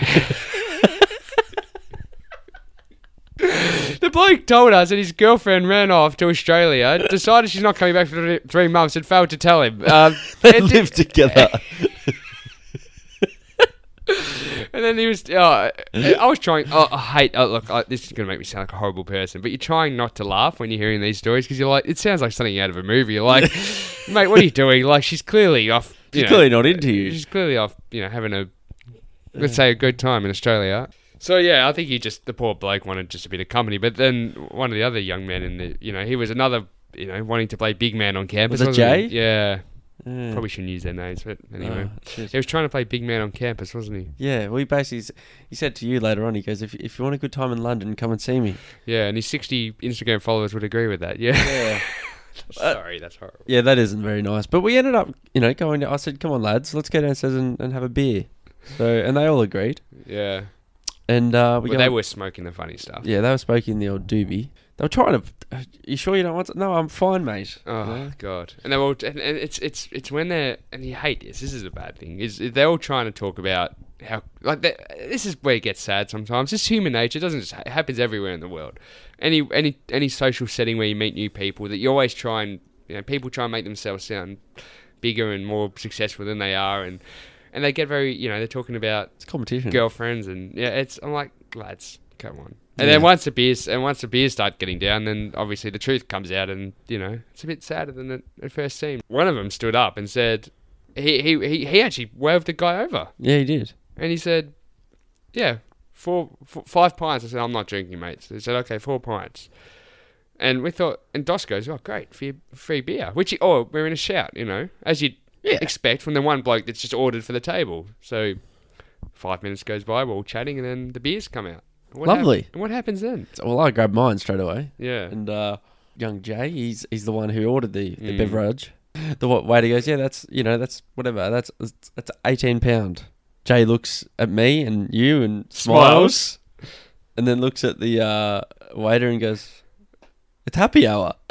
[SPEAKER 2] The bloke told us that his girlfriend ran off to Australia, decided she's not coming back for three- three months, and failed to tell him. Um,
[SPEAKER 1] they
[SPEAKER 2] and,
[SPEAKER 1] lived together.
[SPEAKER 2] and then he was. Uh, I was trying. Oh, I hate. Oh, look, I, this is going to make me sound like a horrible person, but you're trying not to laugh when you're hearing these stories because you're like, it sounds like something out of a movie. You're like, mate, what are you doing? Like, she's clearly off.
[SPEAKER 1] He's
[SPEAKER 2] you know,
[SPEAKER 1] clearly not into you.
[SPEAKER 2] She's clearly off, you know, having a let's say a good time in Australia. So yeah, I think he just the poor bloke wanted just a bit of company, but then one of the other young men in the you know he was another you know wanting to play big man on campus.
[SPEAKER 1] Was it
[SPEAKER 2] wasn't he?
[SPEAKER 1] Jay?
[SPEAKER 2] Yeah,
[SPEAKER 1] Yeah.
[SPEAKER 2] probably shouldn't use their names, but anyway,
[SPEAKER 1] Oh, shit.
[SPEAKER 2] he was trying to play big man on campus, wasn't he?
[SPEAKER 1] Yeah, well, he basically s- he said to you later on. He goes, "If if you want a good time in London, come and see me."
[SPEAKER 2] Yeah, and his sixty Instagram followers would agree with that. Yeah,
[SPEAKER 1] Yeah, Uh,
[SPEAKER 2] sorry, that's horrible.
[SPEAKER 1] yeah, that isn't very nice. But we ended up, you know, going. To, I said, "Come on, lads, let's go downstairs and, and have a beer." So, and they all agreed.
[SPEAKER 2] Yeah,
[SPEAKER 1] And uh, we go,
[SPEAKER 2] but they were smoking the funny stuff.
[SPEAKER 1] yeah, they were smoking the old doobie. They were trying to. You sure you don't want? To? No, I'm fine, mate.
[SPEAKER 2] Oh
[SPEAKER 1] You know?
[SPEAKER 2] god! And they're all, and, and it's it's it's when they're and you hate this. This is a bad thing. Is they're all trying to talk about how like they, this is where it gets sad sometimes. It's human nature. It doesn't just, it happens everywhere in the world. Any any any social setting where you meet new people that you always try and you know people try and make themselves sound bigger and more successful than they are and and they get very you know they're talking about
[SPEAKER 1] It's competition.
[SPEAKER 2] girlfriends and yeah, it's I'm like lads, come on. And
[SPEAKER 1] Yeah.
[SPEAKER 2] then once the beers and once the beers start getting down, then obviously the truth comes out, and you know it's a bit sadder than it at first seemed. One of them stood up and said, he he he, he actually waved the guy over,
[SPEAKER 1] Yeah, he did.
[SPEAKER 2] and he said, yeah, four, four five pints. I said I'm not drinking, mate. So he said okay, four pints. And we thought, and Dos goes, oh great, free, free beer, which he, oh we're in a shout, you know, as you'd expect from the one bloke that's just ordered for the table. So five minutes goes by, we're all chatting, and then the beers come out. What hap-
[SPEAKER 1] Lovely.
[SPEAKER 2] and what happens then?
[SPEAKER 1] So, well, I grabbed mine straight away.
[SPEAKER 2] Yeah.
[SPEAKER 1] and uh, young Jay, he's he's the one who ordered the, the
[SPEAKER 2] Mm.
[SPEAKER 1] beverage. The wa- waiter goes, yeah, that's you know that's whatever. That's that's eighteen pound. Jay looks at me and you and smiles,
[SPEAKER 2] Smiles.
[SPEAKER 1] and then looks at the uh, waiter and goes, "It's happy hour."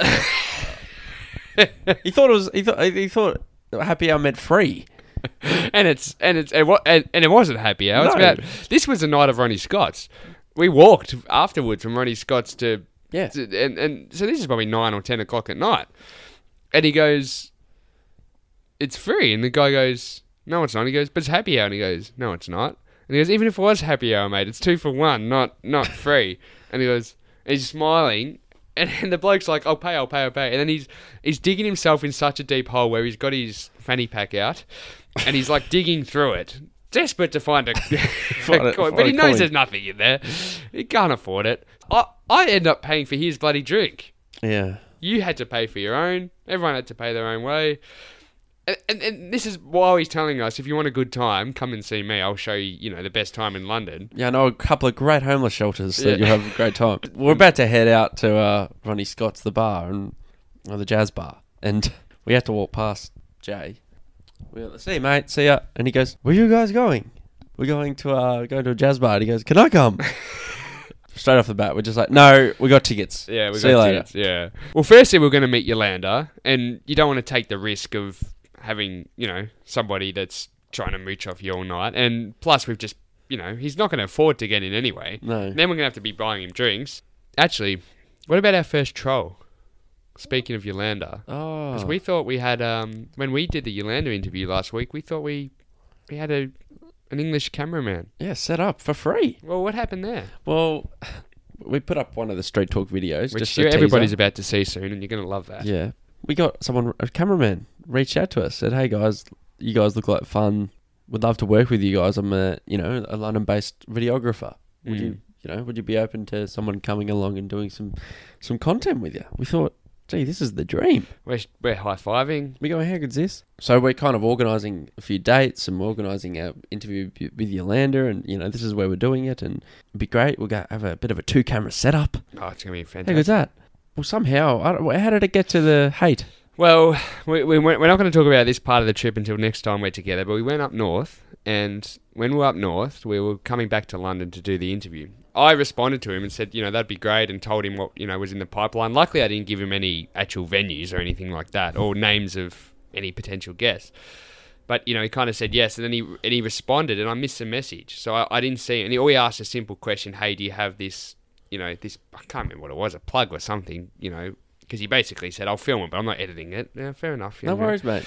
[SPEAKER 1] he thought it was. He thought he thought happy hour meant free.
[SPEAKER 2] and it's and it's and, what, and, and it wasn't happy hour. It's
[SPEAKER 1] No.
[SPEAKER 2] about this was a night of Ronnie Scott's. We walked afterwards from Ronnie Scott's to
[SPEAKER 1] Yeah.
[SPEAKER 2] to- and and so this is probably nine or ten o'clock at night, and he goes, "It's free," and the guy goes, "No, it's not." He goes, "But it's happy hour," and he goes, "No, it's not." And he goes, "Even if it was happy hour, mate, it's two for one, not not free." and he goes, and he's smiling. And then the bloke's like, "I'll pay, I'll pay, I'll pay," and then he's he's digging himself in such a deep hole where he's got his fanny pack out, and he's like digging through it, desperate to find a,
[SPEAKER 1] Find
[SPEAKER 2] a
[SPEAKER 1] a-
[SPEAKER 2] coin,
[SPEAKER 1] find
[SPEAKER 2] but
[SPEAKER 1] a
[SPEAKER 2] he knows
[SPEAKER 1] coin.
[SPEAKER 2] there's nothing in there. He can't afford it. I I end up paying for his bloody drink.
[SPEAKER 1] Yeah,
[SPEAKER 2] You had to pay for your own. Everyone had to pay their own way. And, and, and this is why he's telling us if you want a good time, come and see me. I'll show you, you know, the best time in London.
[SPEAKER 1] Yeah, I know a couple of great homeless shelters that
[SPEAKER 2] Yeah.
[SPEAKER 1] you'll have a great time. We're about to head out to uh, Ronnie Scott's the bar and or the jazz bar, and we have to walk past Jay. We're like, see you, mate, see ya. And he goes, "Where you guys going? We're going to uh, going to a jazz bar." And he goes, "Can I come?" Straight off the bat, we're just like, "No, we got tickets.
[SPEAKER 2] Yeah, we
[SPEAKER 1] see
[SPEAKER 2] got
[SPEAKER 1] you later."
[SPEAKER 2] tickets, Yeah. Well, firstly, we're going to meet Yolanda, and you don't want to take the risk of having, you know, somebody that's trying to mooch off you all night. And plus, we've just, you know, he's not going to afford to get in anyway.
[SPEAKER 1] No,
[SPEAKER 2] Then we're gonna have to be buying him drinks. Actually, what about our first troll? Speaking of Yolanda,
[SPEAKER 1] oh,
[SPEAKER 2] because we thought we had um when we did the Yolanda interview last week, we thought we we had a an English cameraman.
[SPEAKER 1] yeah, set up for free.
[SPEAKER 2] Well, what happened there?
[SPEAKER 1] Well, we put up one of the street talk videos.
[SPEAKER 2] Which
[SPEAKER 1] just
[SPEAKER 2] you-
[SPEAKER 1] a teaser.
[SPEAKER 2] everybody's about to see soon, and you're gonna love that.
[SPEAKER 1] Yeah. We got someone, a cameraman, reached out to us, said, hey guys, you guys look like fun. Would love to work with you guys. I'm a, you know, a London based videographer. Would
[SPEAKER 2] Mm.
[SPEAKER 1] you, you know, would you be open to someone coming along and doing some, some content with you? We thought, gee, this is the dream.
[SPEAKER 2] We're we're high fiving.
[SPEAKER 1] We go, how good's this? So we're kind of organising a few dates and we're organising our interview b- with Yolanda and, you know, this is where we're doing it and it'd be great. We'll go have a bit of a two camera setup.
[SPEAKER 2] Oh, it's gonna be
[SPEAKER 1] How
[SPEAKER 2] fantastic.
[SPEAKER 1] good's that? Well, somehow, I don't, how did it get to the hate?
[SPEAKER 2] Well, we, we went, we're not going to talk about this part of the trip until next time we're together, but we went up north, and when we were up north, we were coming back to London to do the interview. I responded to him and said, you know, that'd be great, and told him what, you know, was in the pipeline. Luckily, I didn't give him any actual venues or anything like that, or names of any potential guests. But, you know, he kind of said yes, and then he, and he responded, and I missed the message. So I, I didn't see it. And he always asked a simple question Hey, do you have this, you know, this, I can't remember what it was, a plug or something, you know, because he basically said, I'll film it, but I'm not editing it. Yeah, fair enough. you
[SPEAKER 1] No
[SPEAKER 2] know.
[SPEAKER 1] worries, mate.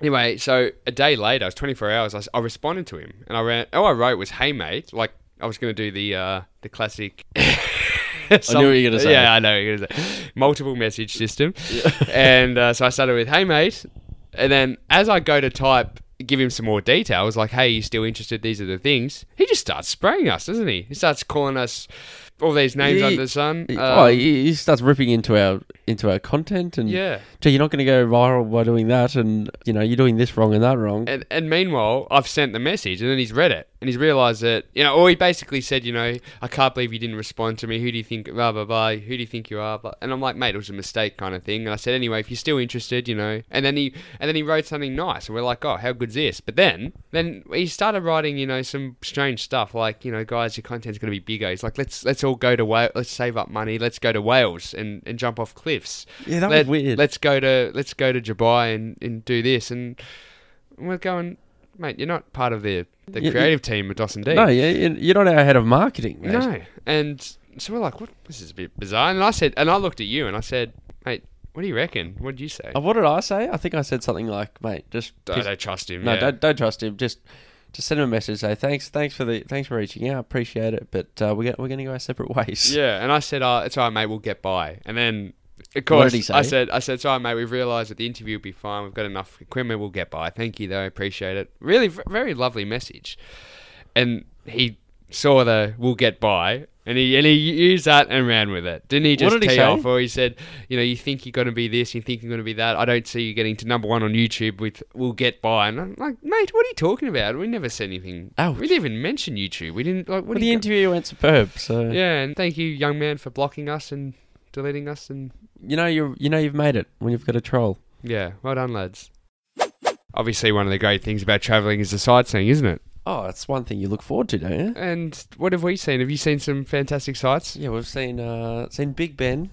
[SPEAKER 2] Anyway, so a day later, it was 24 hours, I, s- I responded to him, and I ran, all I wrote was, Hey, mate, like, I was going to do the, uh, the classic.
[SPEAKER 1] knew what you were gonna say.
[SPEAKER 2] Yeah, I know what you were going to say. Multiple message system. and uh, so I started with, hey, mate. And then as I go to type, give him some more details, like, hey, you still interested? These are the things. He just starts spraying us, doesn't he? He starts calling us all these names
[SPEAKER 1] He-
[SPEAKER 2] under the sun.
[SPEAKER 1] He-
[SPEAKER 2] Uh,
[SPEAKER 1] oh, he, he starts ripping into our into our content, and
[SPEAKER 2] yeah.
[SPEAKER 1] gee, you're not going to go viral by doing that, and you know you're doing this wrong and that wrong.
[SPEAKER 2] And, and meanwhile, I've sent the message, and then he's read it, and he's realised that you know, or he basically said, you know, I can't believe you didn't respond to me. Who do you think? Blah blah blah. Who do you think you are? Blah. And I'm like, mate, it was a mistake, kind of thing. And I said, anyway, if you're still interested, you know. And then he and then he wrote something nice, and we're like, oh, how good's this? But then then he started writing, you know, some strange stuff like, you know, guys, your content's gonna be bigger. He's like, let's let's all go to Wales. Let's save up money. Let's go to Wales and and jump off cliffs
[SPEAKER 1] yeah, that
[SPEAKER 2] let,
[SPEAKER 1] was weird.
[SPEAKER 2] us go to let's go to Dubai and, and do this and we're going mate you're not part of the the
[SPEAKER 1] Yeah, yeah.
[SPEAKER 2] creative team at Dawson D
[SPEAKER 1] no, yeah, you- you're not our head of marketing. Mate.
[SPEAKER 2] no and so we're like what this is a bit bizarre and I said and I looked at you and I said mate what do you reckon what did you say
[SPEAKER 1] Uh, what did I say? I think I said something like, "Mate, just
[SPEAKER 2] I
[SPEAKER 1] piss-
[SPEAKER 2] don't trust him
[SPEAKER 1] no,
[SPEAKER 2] yeah.
[SPEAKER 1] don't don't trust him. Just just send him a message. Say thanks, thanks for the thanks for reaching out. Appreciate it, but uh, we're go- we're going to go our separate ways.
[SPEAKER 2] Yeah, and I said, uh, "It's alright, mate. We'll get by." And then,
[SPEAKER 1] What
[SPEAKER 2] of
[SPEAKER 1] did
[SPEAKER 2] course,
[SPEAKER 1] he say?
[SPEAKER 2] I said, "I said, it's alright, mate. We've realised that the interview will be fine. We've got enough equipment. We'll get by. Thank you, though. Appreciate it. Really, v- very lovely message." And he saw the "we'll get by." And he, and he used that and ran with it. Didn't he just
[SPEAKER 1] did he
[SPEAKER 2] tee
[SPEAKER 1] say?
[SPEAKER 2] off? Or he said, you know, you think you're going to be this, you think you're going to be that. I don't see you getting to number one on YouTube with We'll Get By. And I'm like, mate, what are you talking about? We never said anything.
[SPEAKER 1] Ouch.
[SPEAKER 2] We didn't even mention YouTube. We didn't, like, what
[SPEAKER 1] But
[SPEAKER 2] are
[SPEAKER 1] the
[SPEAKER 2] you
[SPEAKER 1] interview went superb. So
[SPEAKER 2] yeah, and thank you, young man, for blocking us and deleting us. And
[SPEAKER 1] you know you you know you've made it when you've got a troll.
[SPEAKER 2] yeah, well done, lads. Obviously, one of the great things about traveling is the sightseeing, isn't it?
[SPEAKER 1] Oh, that's one thing you look forward to, don't you?
[SPEAKER 2] And what have we seen? Have you seen some fantastic sights?
[SPEAKER 1] Yeah, we've seen uh, seen Big Ben.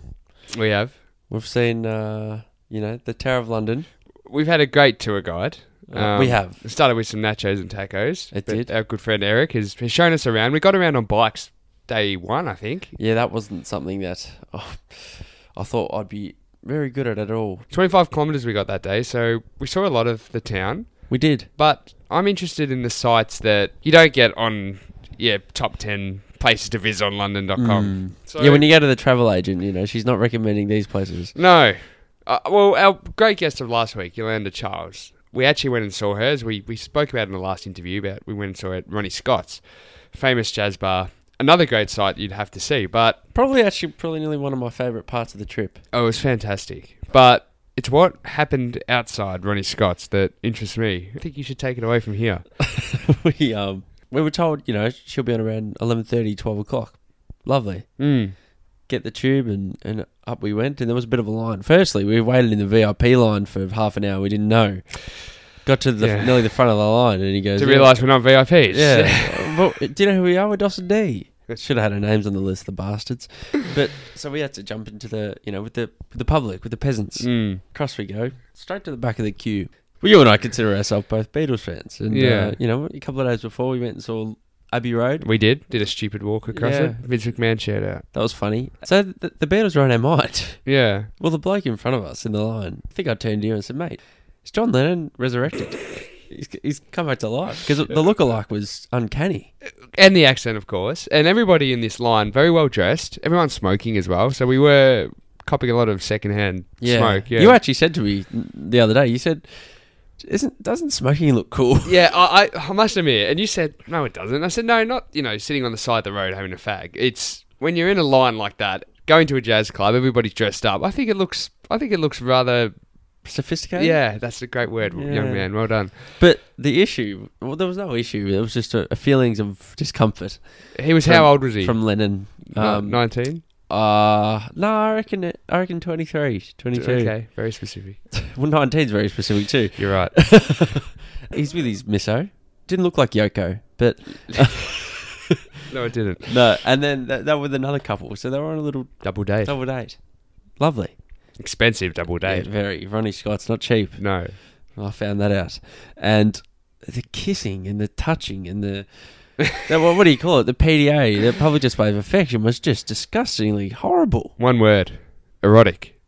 [SPEAKER 2] We have.
[SPEAKER 1] We've seen, uh, you know, the Tower of London. Uh,
[SPEAKER 2] We've had a great tour guide. Um,
[SPEAKER 1] we have.
[SPEAKER 2] It started with some nachos and tacos.
[SPEAKER 1] It
[SPEAKER 2] but
[SPEAKER 1] did.
[SPEAKER 2] Our good friend Eric has, has shown us around. We got around on bikes day one, I think.
[SPEAKER 1] Yeah, that wasn't something that oh, I thought I'd be very good at at all.
[SPEAKER 2] 25 kilometres we got that day, so we saw a lot of the town.
[SPEAKER 1] We did.
[SPEAKER 2] But I'm interested in the sites that you don't get on, yeah, top 10 places to visit on london.com. So,
[SPEAKER 1] yeah, when you go to the travel agent, you know, she's not recommending these places.
[SPEAKER 2] No. Uh, well, our great guest of last week, Yolanda Charles, we actually went and saw hers. We, we spoke about it in the last interview, but we went and saw it, Ronnie Scott's famous jazz bar another great sight you'd have to see. But
[SPEAKER 1] Probably actually, probably nearly one of my favourite parts of the trip.
[SPEAKER 2] oh, it was fantastic. But it's what happened outside Ronnie Scott's that interests me. I think you should take it away from here.
[SPEAKER 1] we um, we were told, you know, she'll be on around 11.30, 12 o'clock. Lovely.
[SPEAKER 2] Mm.
[SPEAKER 1] Get the tube and, and up we went. And there was a bit of a line. Firstly, we waited in the VIP line for half an hour. We didn't know. Got to the
[SPEAKER 2] Yeah.
[SPEAKER 1] nearly the front of the line, and he goes,
[SPEAKER 2] To
[SPEAKER 1] "Yeah."
[SPEAKER 2] realise we're not VIPs.
[SPEAKER 1] Yeah. but do you know who we are? We're Dawson D. Should have had our names on the list, the bastards. But so we had to jump into the, you know, with the with the public, with the peasants.
[SPEAKER 2] Mm.
[SPEAKER 1] Across we go, straight to the back of the queue. Well, you and I consider ourselves both Beatles fans, and
[SPEAKER 2] Yeah.
[SPEAKER 1] uh, you know, a couple of days before we went and saw Abbey Road.
[SPEAKER 2] We did. Did a stupid walk across
[SPEAKER 1] Yeah.
[SPEAKER 2] it. Vince McMahon shout out.
[SPEAKER 1] That was funny. So the, the Beatles were on our mind.
[SPEAKER 2] Yeah.
[SPEAKER 1] Well, the bloke in front of us in the line, I think I turned to you and said, "Mate, is John Lennon resurrected? he's, he's come back to life." Because the look-alike was uncanny.
[SPEAKER 2] And the accent, of course. And everybody in this line, very well dressed. Everyone's smoking as well. So we were copying a lot of secondhand smoke. Yeah.
[SPEAKER 1] You actually said to me the other day, you said, "Isn't doesn't smoking look cool?"
[SPEAKER 2] yeah, I, I, I must admit. And you said, no, it doesn't. I said, no, not, you know, sitting on the side of the road having a fag. It's when you're in a line like that, going to a jazz club, everybody's dressed up. I think it looks, I think it looks rather,
[SPEAKER 1] Sophisticated.
[SPEAKER 2] yeah, that's a great word,
[SPEAKER 1] Yeah.
[SPEAKER 2] young man. Well done.
[SPEAKER 1] But the issue, well, there was no issue. It was just a, a feelings of discomfort
[SPEAKER 2] He was,
[SPEAKER 1] From-
[SPEAKER 2] how old was he?
[SPEAKER 1] from Lennon. Um,
[SPEAKER 2] 19?
[SPEAKER 1] uh, no, I reckon it, I reckon 23, 22.
[SPEAKER 2] Okay, very specific.
[SPEAKER 1] Well, 19's very specific too.
[SPEAKER 2] You're right.
[SPEAKER 1] He's with his misso. Didn't look like Yoko, but
[SPEAKER 2] no, it didn't.
[SPEAKER 1] no. And then that, that with another couple, so they were on a little
[SPEAKER 2] Double date.
[SPEAKER 1] double date. Lovely.
[SPEAKER 2] Expensive double
[SPEAKER 1] Yeah,
[SPEAKER 2] date.
[SPEAKER 1] very. Ronnie Scott's not cheap.
[SPEAKER 2] No.
[SPEAKER 1] I found that out. And the kissing and the touching and the, the what, what do you call it? The PDA, the public display of affection, was just disgustingly horrible.
[SPEAKER 2] One word. Erotic.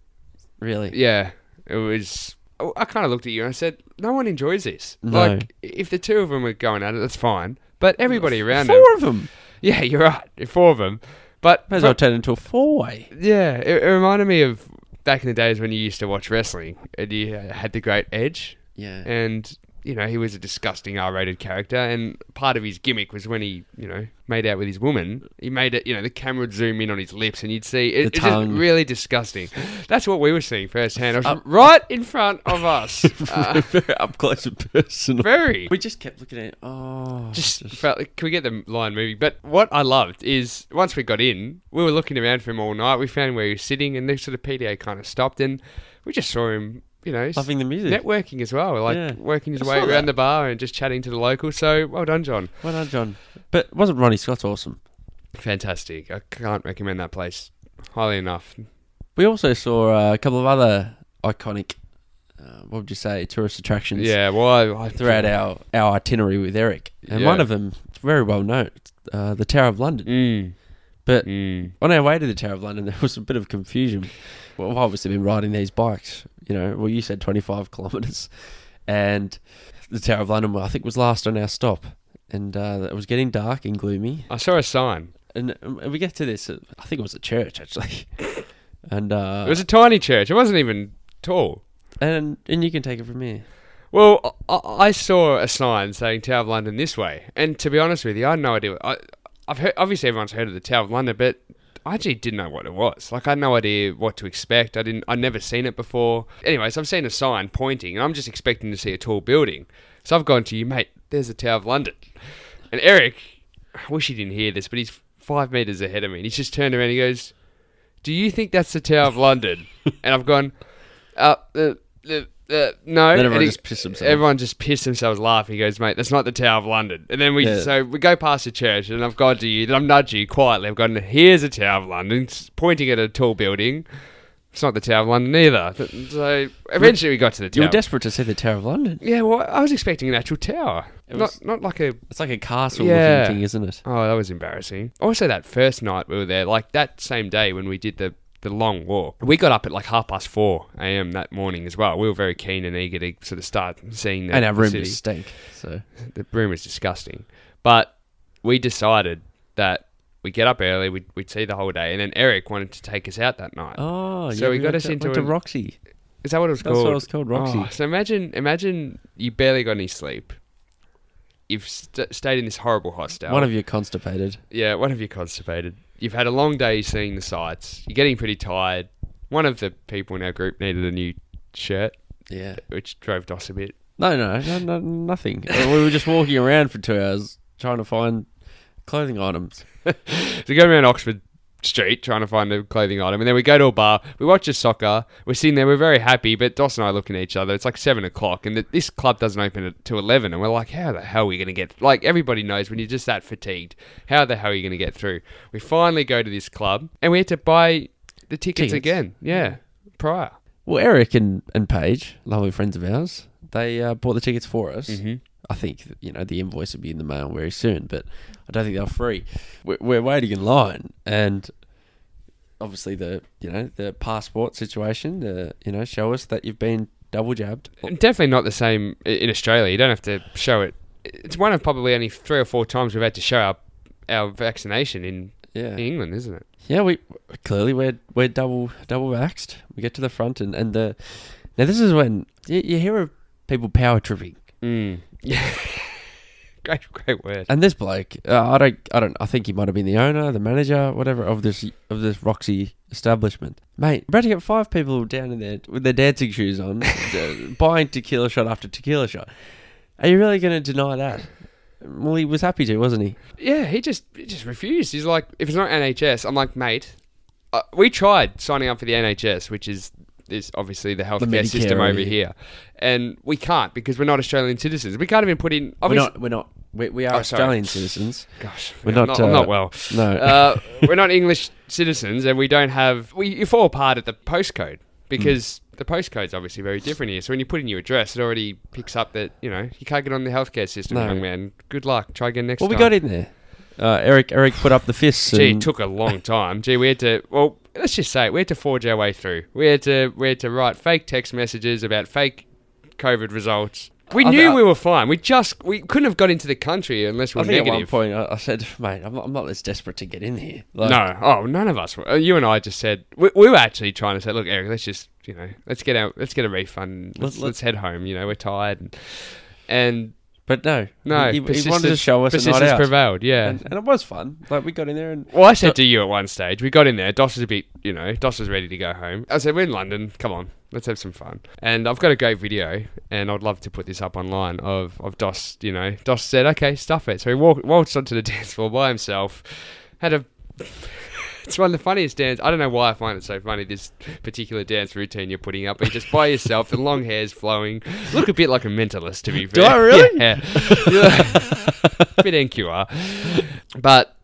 [SPEAKER 1] Really,
[SPEAKER 2] Yeah. It was. oh, I- I kind of looked at you and I said, no one enjoys this.
[SPEAKER 1] No.
[SPEAKER 2] Like, if the two of them were going at it, that's fine. But everybody around them.
[SPEAKER 1] four of them.
[SPEAKER 2] Yeah, you're right. Four of them. But.
[SPEAKER 1] May as well turn into a four-way.
[SPEAKER 2] Yeah, it, it reminded me of back in the days when you used to watch wrestling and you had the great edge.
[SPEAKER 1] Yeah.
[SPEAKER 2] and you know he was a disgusting R-rated character, and part of his gimmick was when he you know made out with his woman. He made it you know the camera would zoom in on his lips, and you'd see it,
[SPEAKER 1] The
[SPEAKER 2] it's just
[SPEAKER 1] tongue.
[SPEAKER 2] really disgusting. That's what we were seeing firsthand. It was
[SPEAKER 1] Uh,
[SPEAKER 2] right in front of us, Uh,
[SPEAKER 1] Very up close and personal.
[SPEAKER 2] very.
[SPEAKER 1] We just kept looking at it. Oh,
[SPEAKER 2] Just felt like, can we get the line moving? But what I loved is once we got in, we were looking around for him all night. We found where he was sitting, and the sort of PDA kind of stopped, and we just saw him, you know,
[SPEAKER 1] loving the music.
[SPEAKER 2] networking as well, like
[SPEAKER 1] Yeah.
[SPEAKER 2] working his
[SPEAKER 1] I
[SPEAKER 2] way
[SPEAKER 1] saw
[SPEAKER 2] around
[SPEAKER 1] that.
[SPEAKER 2] the bar and just chatting to the locals. So well done, John.
[SPEAKER 1] Well done, John. But wasn't Ronnie Scott awesome?
[SPEAKER 2] Fantastic. I can't recommend that place highly enough.
[SPEAKER 1] We also saw uh, a couple of other iconic, uh, what would you say, tourist attractions.
[SPEAKER 2] Yeah, well, I, I
[SPEAKER 1] throughout our, our itinerary with Eric. And
[SPEAKER 2] Yeah.
[SPEAKER 1] one of them, it's very well known, it's, uh, the Tower of London.
[SPEAKER 2] Mm,
[SPEAKER 1] But
[SPEAKER 2] mm.
[SPEAKER 1] on our way to the Tower of London, there was a bit of confusion. Well, I've obviously been riding these bikes, you know, well, you said 25 kilometres. And the Tower of London, I think, was last on our stop. And uh, it was getting dark and gloomy.
[SPEAKER 2] I saw a sign.
[SPEAKER 1] And um, we get to this, uh, I think it was a church, actually. And uh,
[SPEAKER 2] It was a tiny church. It wasn't even tall.
[SPEAKER 1] and and you can take it from here.
[SPEAKER 2] Well, I, I I saw a sign saying Tower of London this way, and to be honest with you, I had no idea. I, I've heard, obviously everyone's heard of the Tower of London, but I actually didn't know what it was. Like I had no idea what to expect. I didn't. I'd never seen it before. Anyways, I've seen a sign pointing, and I'm just expecting to see a tall building. So I've gone to you, mate. There's the Tower of London, and Eric. I wish he didn't hear this, but he's five meters ahead of me, and he's just turned around. and He goes, "Do you think that's the Tower of London?" and I've gone, "Uh, uh, uh, uh no."
[SPEAKER 1] Then
[SPEAKER 2] And
[SPEAKER 1] everyone
[SPEAKER 2] he-
[SPEAKER 1] just pissed themselves.
[SPEAKER 2] Everyone just pissed themselves laughing. He goes, mate, that's not the Tower of London. And then we
[SPEAKER 1] Yeah.
[SPEAKER 2] so we go past the church, and I've gone to you, then I've nudged you quietly. I've gone, here's the Tower of London, s- pointing at a tall building. It's not the Tower of London either. Th- So eventually we got to the
[SPEAKER 1] You
[SPEAKER 2] tower.
[SPEAKER 1] were desperate to see the Tower of London.
[SPEAKER 2] yeah, well, I was expecting an actual tower,
[SPEAKER 1] It was-
[SPEAKER 2] not not like a.
[SPEAKER 1] It's like a castle
[SPEAKER 2] Yeah.
[SPEAKER 1] looking thing, isn't it?
[SPEAKER 2] Oh, that was embarrassing. Also, that first night we were there, like that same day when we did the. The long walk. We got up at like half past four a.m. that morning as well. We were very keen and eager to sort of start seeing the
[SPEAKER 1] And our
[SPEAKER 2] the
[SPEAKER 1] room
[SPEAKER 2] city.
[SPEAKER 1] just stink. So
[SPEAKER 2] the room is disgusting. But we decided that we get up early, we'd, we'd see the whole day, and then Eric wanted to take us out that night.
[SPEAKER 1] Oh,
[SPEAKER 2] So
[SPEAKER 1] yeah,
[SPEAKER 2] he got
[SPEAKER 1] went
[SPEAKER 2] us
[SPEAKER 1] to,
[SPEAKER 2] into
[SPEAKER 1] went to
[SPEAKER 2] an-
[SPEAKER 1] Roxy.
[SPEAKER 2] Is that what it was
[SPEAKER 1] That's
[SPEAKER 2] Oh, called?
[SPEAKER 1] what it was called, Roxy.
[SPEAKER 2] Oh, so imagine, imagine you barely got any sleep. you've st- stayed in this horrible hostel.
[SPEAKER 1] One of you constipated.
[SPEAKER 2] yeah, one of you constipated. You've had a long day seeing the sights. You're getting pretty tired. One of the people in our group needed a new shirt,
[SPEAKER 1] Yeah.
[SPEAKER 2] which drove Doss a bit.
[SPEAKER 1] No, no, no, no nothing. Uh, we were just walking around for two hours trying to find clothing items.
[SPEAKER 2] So we go around Oxford Street trying to find a clothing item, and then we go to a bar. We watch a soccer. We're sitting there. We're very happy, but Doss and I look at each other. It's like seven o'clock, and th this club doesn't open at till eleven. And we're like, "How the hell are we going to get?" Like everybody knows, when you're just that fatigued, how the hell are you going to get through? We finally go to this club, and we had to buy the
[SPEAKER 1] Tickets.
[SPEAKER 2] tickets, again. Yeah, prior.
[SPEAKER 1] Well, Eric and, and Paige, lovely friends of ours, they uh, bought the tickets for us.
[SPEAKER 2] Mm-hmm.
[SPEAKER 1] I think, you know, the invoice will be in the mail very soon, but I don't think they're free. We're, we're waiting in line. And obviously, the, you know, the passport situation, the, you know, show us that you've been double jabbed.
[SPEAKER 2] And definitely not the same i- in Australia. You don't have to show it. It's one of probably only three or four times we've had to show our our vaccination in
[SPEAKER 1] Yeah.
[SPEAKER 2] England, isn't it?
[SPEAKER 1] Yeah, we clearly we're we're double double vaxxed. We get to the front and and the now this is when you, you hear of people power tripping,
[SPEAKER 2] Mm.
[SPEAKER 1] Hmm.
[SPEAKER 2] Yeah. great, great word.
[SPEAKER 1] and this bloke, uh, I don't I don't I think he might have been the owner, the manager, whatever of this of this Roxy establishment, mate. About to get five people down in there with their dancing shoes on, uh, buying tequila shot after tequila shot. Are you really going to deny that? Well, he was happy to, wasn't he?
[SPEAKER 2] Yeah, he just he just refused. He's like, if it's not NHS, I'm like, mate, uh, we tried signing up for the NHS, which is is obviously the healthcare
[SPEAKER 1] Medicare
[SPEAKER 2] system
[SPEAKER 1] over
[SPEAKER 2] over
[SPEAKER 1] here.
[SPEAKER 2] here, and we can't because we're not Australian citizens. We can't even put in.
[SPEAKER 1] We're
[SPEAKER 2] Obviously,
[SPEAKER 1] not. We're not. We, we are
[SPEAKER 2] Oh, sorry.
[SPEAKER 1] Australian citizens.
[SPEAKER 2] gosh,
[SPEAKER 1] We're
[SPEAKER 2] I'm
[SPEAKER 1] not,
[SPEAKER 2] I'm
[SPEAKER 1] uh,
[SPEAKER 2] not well.
[SPEAKER 1] No.
[SPEAKER 2] uh, we're not English citizens, and we don't have. We, you fall apart at the postcode because
[SPEAKER 1] Hmm.
[SPEAKER 2] the postcode's obviously very different here. So when you put in your address, it already picks up that you know you can't get on the healthcare system,
[SPEAKER 1] No.
[SPEAKER 2] young man. Good luck. Try again next.
[SPEAKER 1] well, we
[SPEAKER 2] time.
[SPEAKER 1] got in there. Uh, Eric Eric put up the fists.
[SPEAKER 2] Gee, it
[SPEAKER 1] and-
[SPEAKER 2] took a long time. Gee, we had to. Well, let's just say it, we had to forge our way through. We had to. We had to write fake text messages about fake COVID results. We
[SPEAKER 1] I thi-
[SPEAKER 2] knew
[SPEAKER 1] I-
[SPEAKER 2] we were fine. We just we couldn't have got into the country unless we
[SPEAKER 1] I
[SPEAKER 2] were
[SPEAKER 1] think
[SPEAKER 2] negative.
[SPEAKER 1] at one point I, I said, "Mate, I'm not, I'm not this desperate to get in here." Like,
[SPEAKER 2] no, oh, none of us. Were. Uh, You and I just said we, we were actually trying to say, look, Eric, let's just you know, let's get out, let's get a refund, let's,
[SPEAKER 1] Let's-
[SPEAKER 2] let's,
[SPEAKER 1] let's-
[SPEAKER 2] head home. You know, we're tired, and, and
[SPEAKER 1] but no,
[SPEAKER 2] no,
[SPEAKER 1] He, he wanted to
[SPEAKER 2] persistence-
[SPEAKER 1] show us a night
[SPEAKER 2] persistence
[SPEAKER 1] out,
[SPEAKER 2] prevailed. Yeah,
[SPEAKER 1] and, and it was fun. Like we got in there, and
[SPEAKER 2] Well, I said to you at one stage, we got in there. Dos was a bit, you know, Dos was ready to go home. I said, we're in London. Come on, let's have some fun. And I've got a great video, and I'd love to put this up online of, of Dos, you know, Dos said, okay, stuff it. So he walked, waltzed onto the dance floor by himself, had a. It's one of the funniest dance. I don't know why I find it so funny. This particular dance routine you're putting up, but you're just by yourself, the long hair's flowing. Look a bit like a mentalist, to be fair.
[SPEAKER 1] I really?
[SPEAKER 2] Yeah. bit NQR. But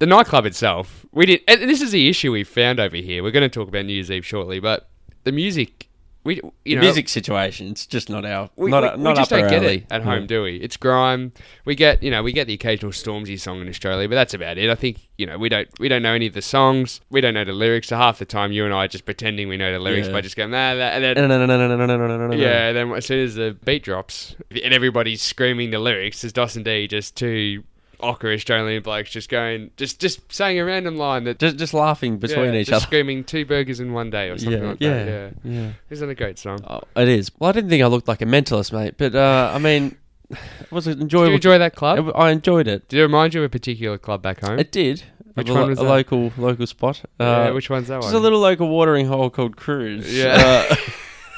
[SPEAKER 2] the nightclub itself, we did, and this is the issue we found over here. We're going to talk about New Year's Eve shortly, but the music, we you
[SPEAKER 1] the
[SPEAKER 2] know,
[SPEAKER 1] music situation, it's just not our,
[SPEAKER 2] we,
[SPEAKER 1] not,
[SPEAKER 2] we-
[SPEAKER 1] our-
[SPEAKER 2] we
[SPEAKER 1] not
[SPEAKER 2] just
[SPEAKER 1] up
[SPEAKER 2] don't
[SPEAKER 1] our
[SPEAKER 2] get
[SPEAKER 1] alley.
[SPEAKER 2] it at home, do we? It's grime. We get you know we get the occasional Stormzy song in Australia, but that's about it. I think you know we don't we don't know any of the songs. We don't know the lyrics. So half the time, you and I are just pretending we know the lyrics
[SPEAKER 1] Yeah.
[SPEAKER 2] by just going nah, nah, and then
[SPEAKER 1] No, no, no, no, no, no, no, no, no, no.
[SPEAKER 2] yeah, and then as soon as the beat drops and everybody's screaming the lyrics, is Dawson D just two ochre Australian blokes just going, just just saying a random line that
[SPEAKER 1] just just laughing between
[SPEAKER 2] yeah,
[SPEAKER 1] each
[SPEAKER 2] just
[SPEAKER 1] other.
[SPEAKER 2] screaming two burgers in one day or something
[SPEAKER 1] Yeah,
[SPEAKER 2] like
[SPEAKER 1] yeah,
[SPEAKER 2] that. Yeah,
[SPEAKER 1] yeah.
[SPEAKER 2] isn't that a great song?
[SPEAKER 1] Oh, it is. Well, I didn't think I looked like a mentalist, mate, but uh, I mean, Oh, it was an
[SPEAKER 2] Did you
[SPEAKER 1] enjoyable.
[SPEAKER 2] enjoy that club?
[SPEAKER 1] I enjoyed it.
[SPEAKER 2] Did it remind you of a particular club back home?
[SPEAKER 1] It did.
[SPEAKER 2] Which
[SPEAKER 1] a,
[SPEAKER 2] one was
[SPEAKER 1] a
[SPEAKER 2] that?
[SPEAKER 1] local local spot. Uh,
[SPEAKER 2] yeah, which one's that
[SPEAKER 1] Just
[SPEAKER 2] one?
[SPEAKER 1] a little local watering hole called Cruise.
[SPEAKER 2] Yeah.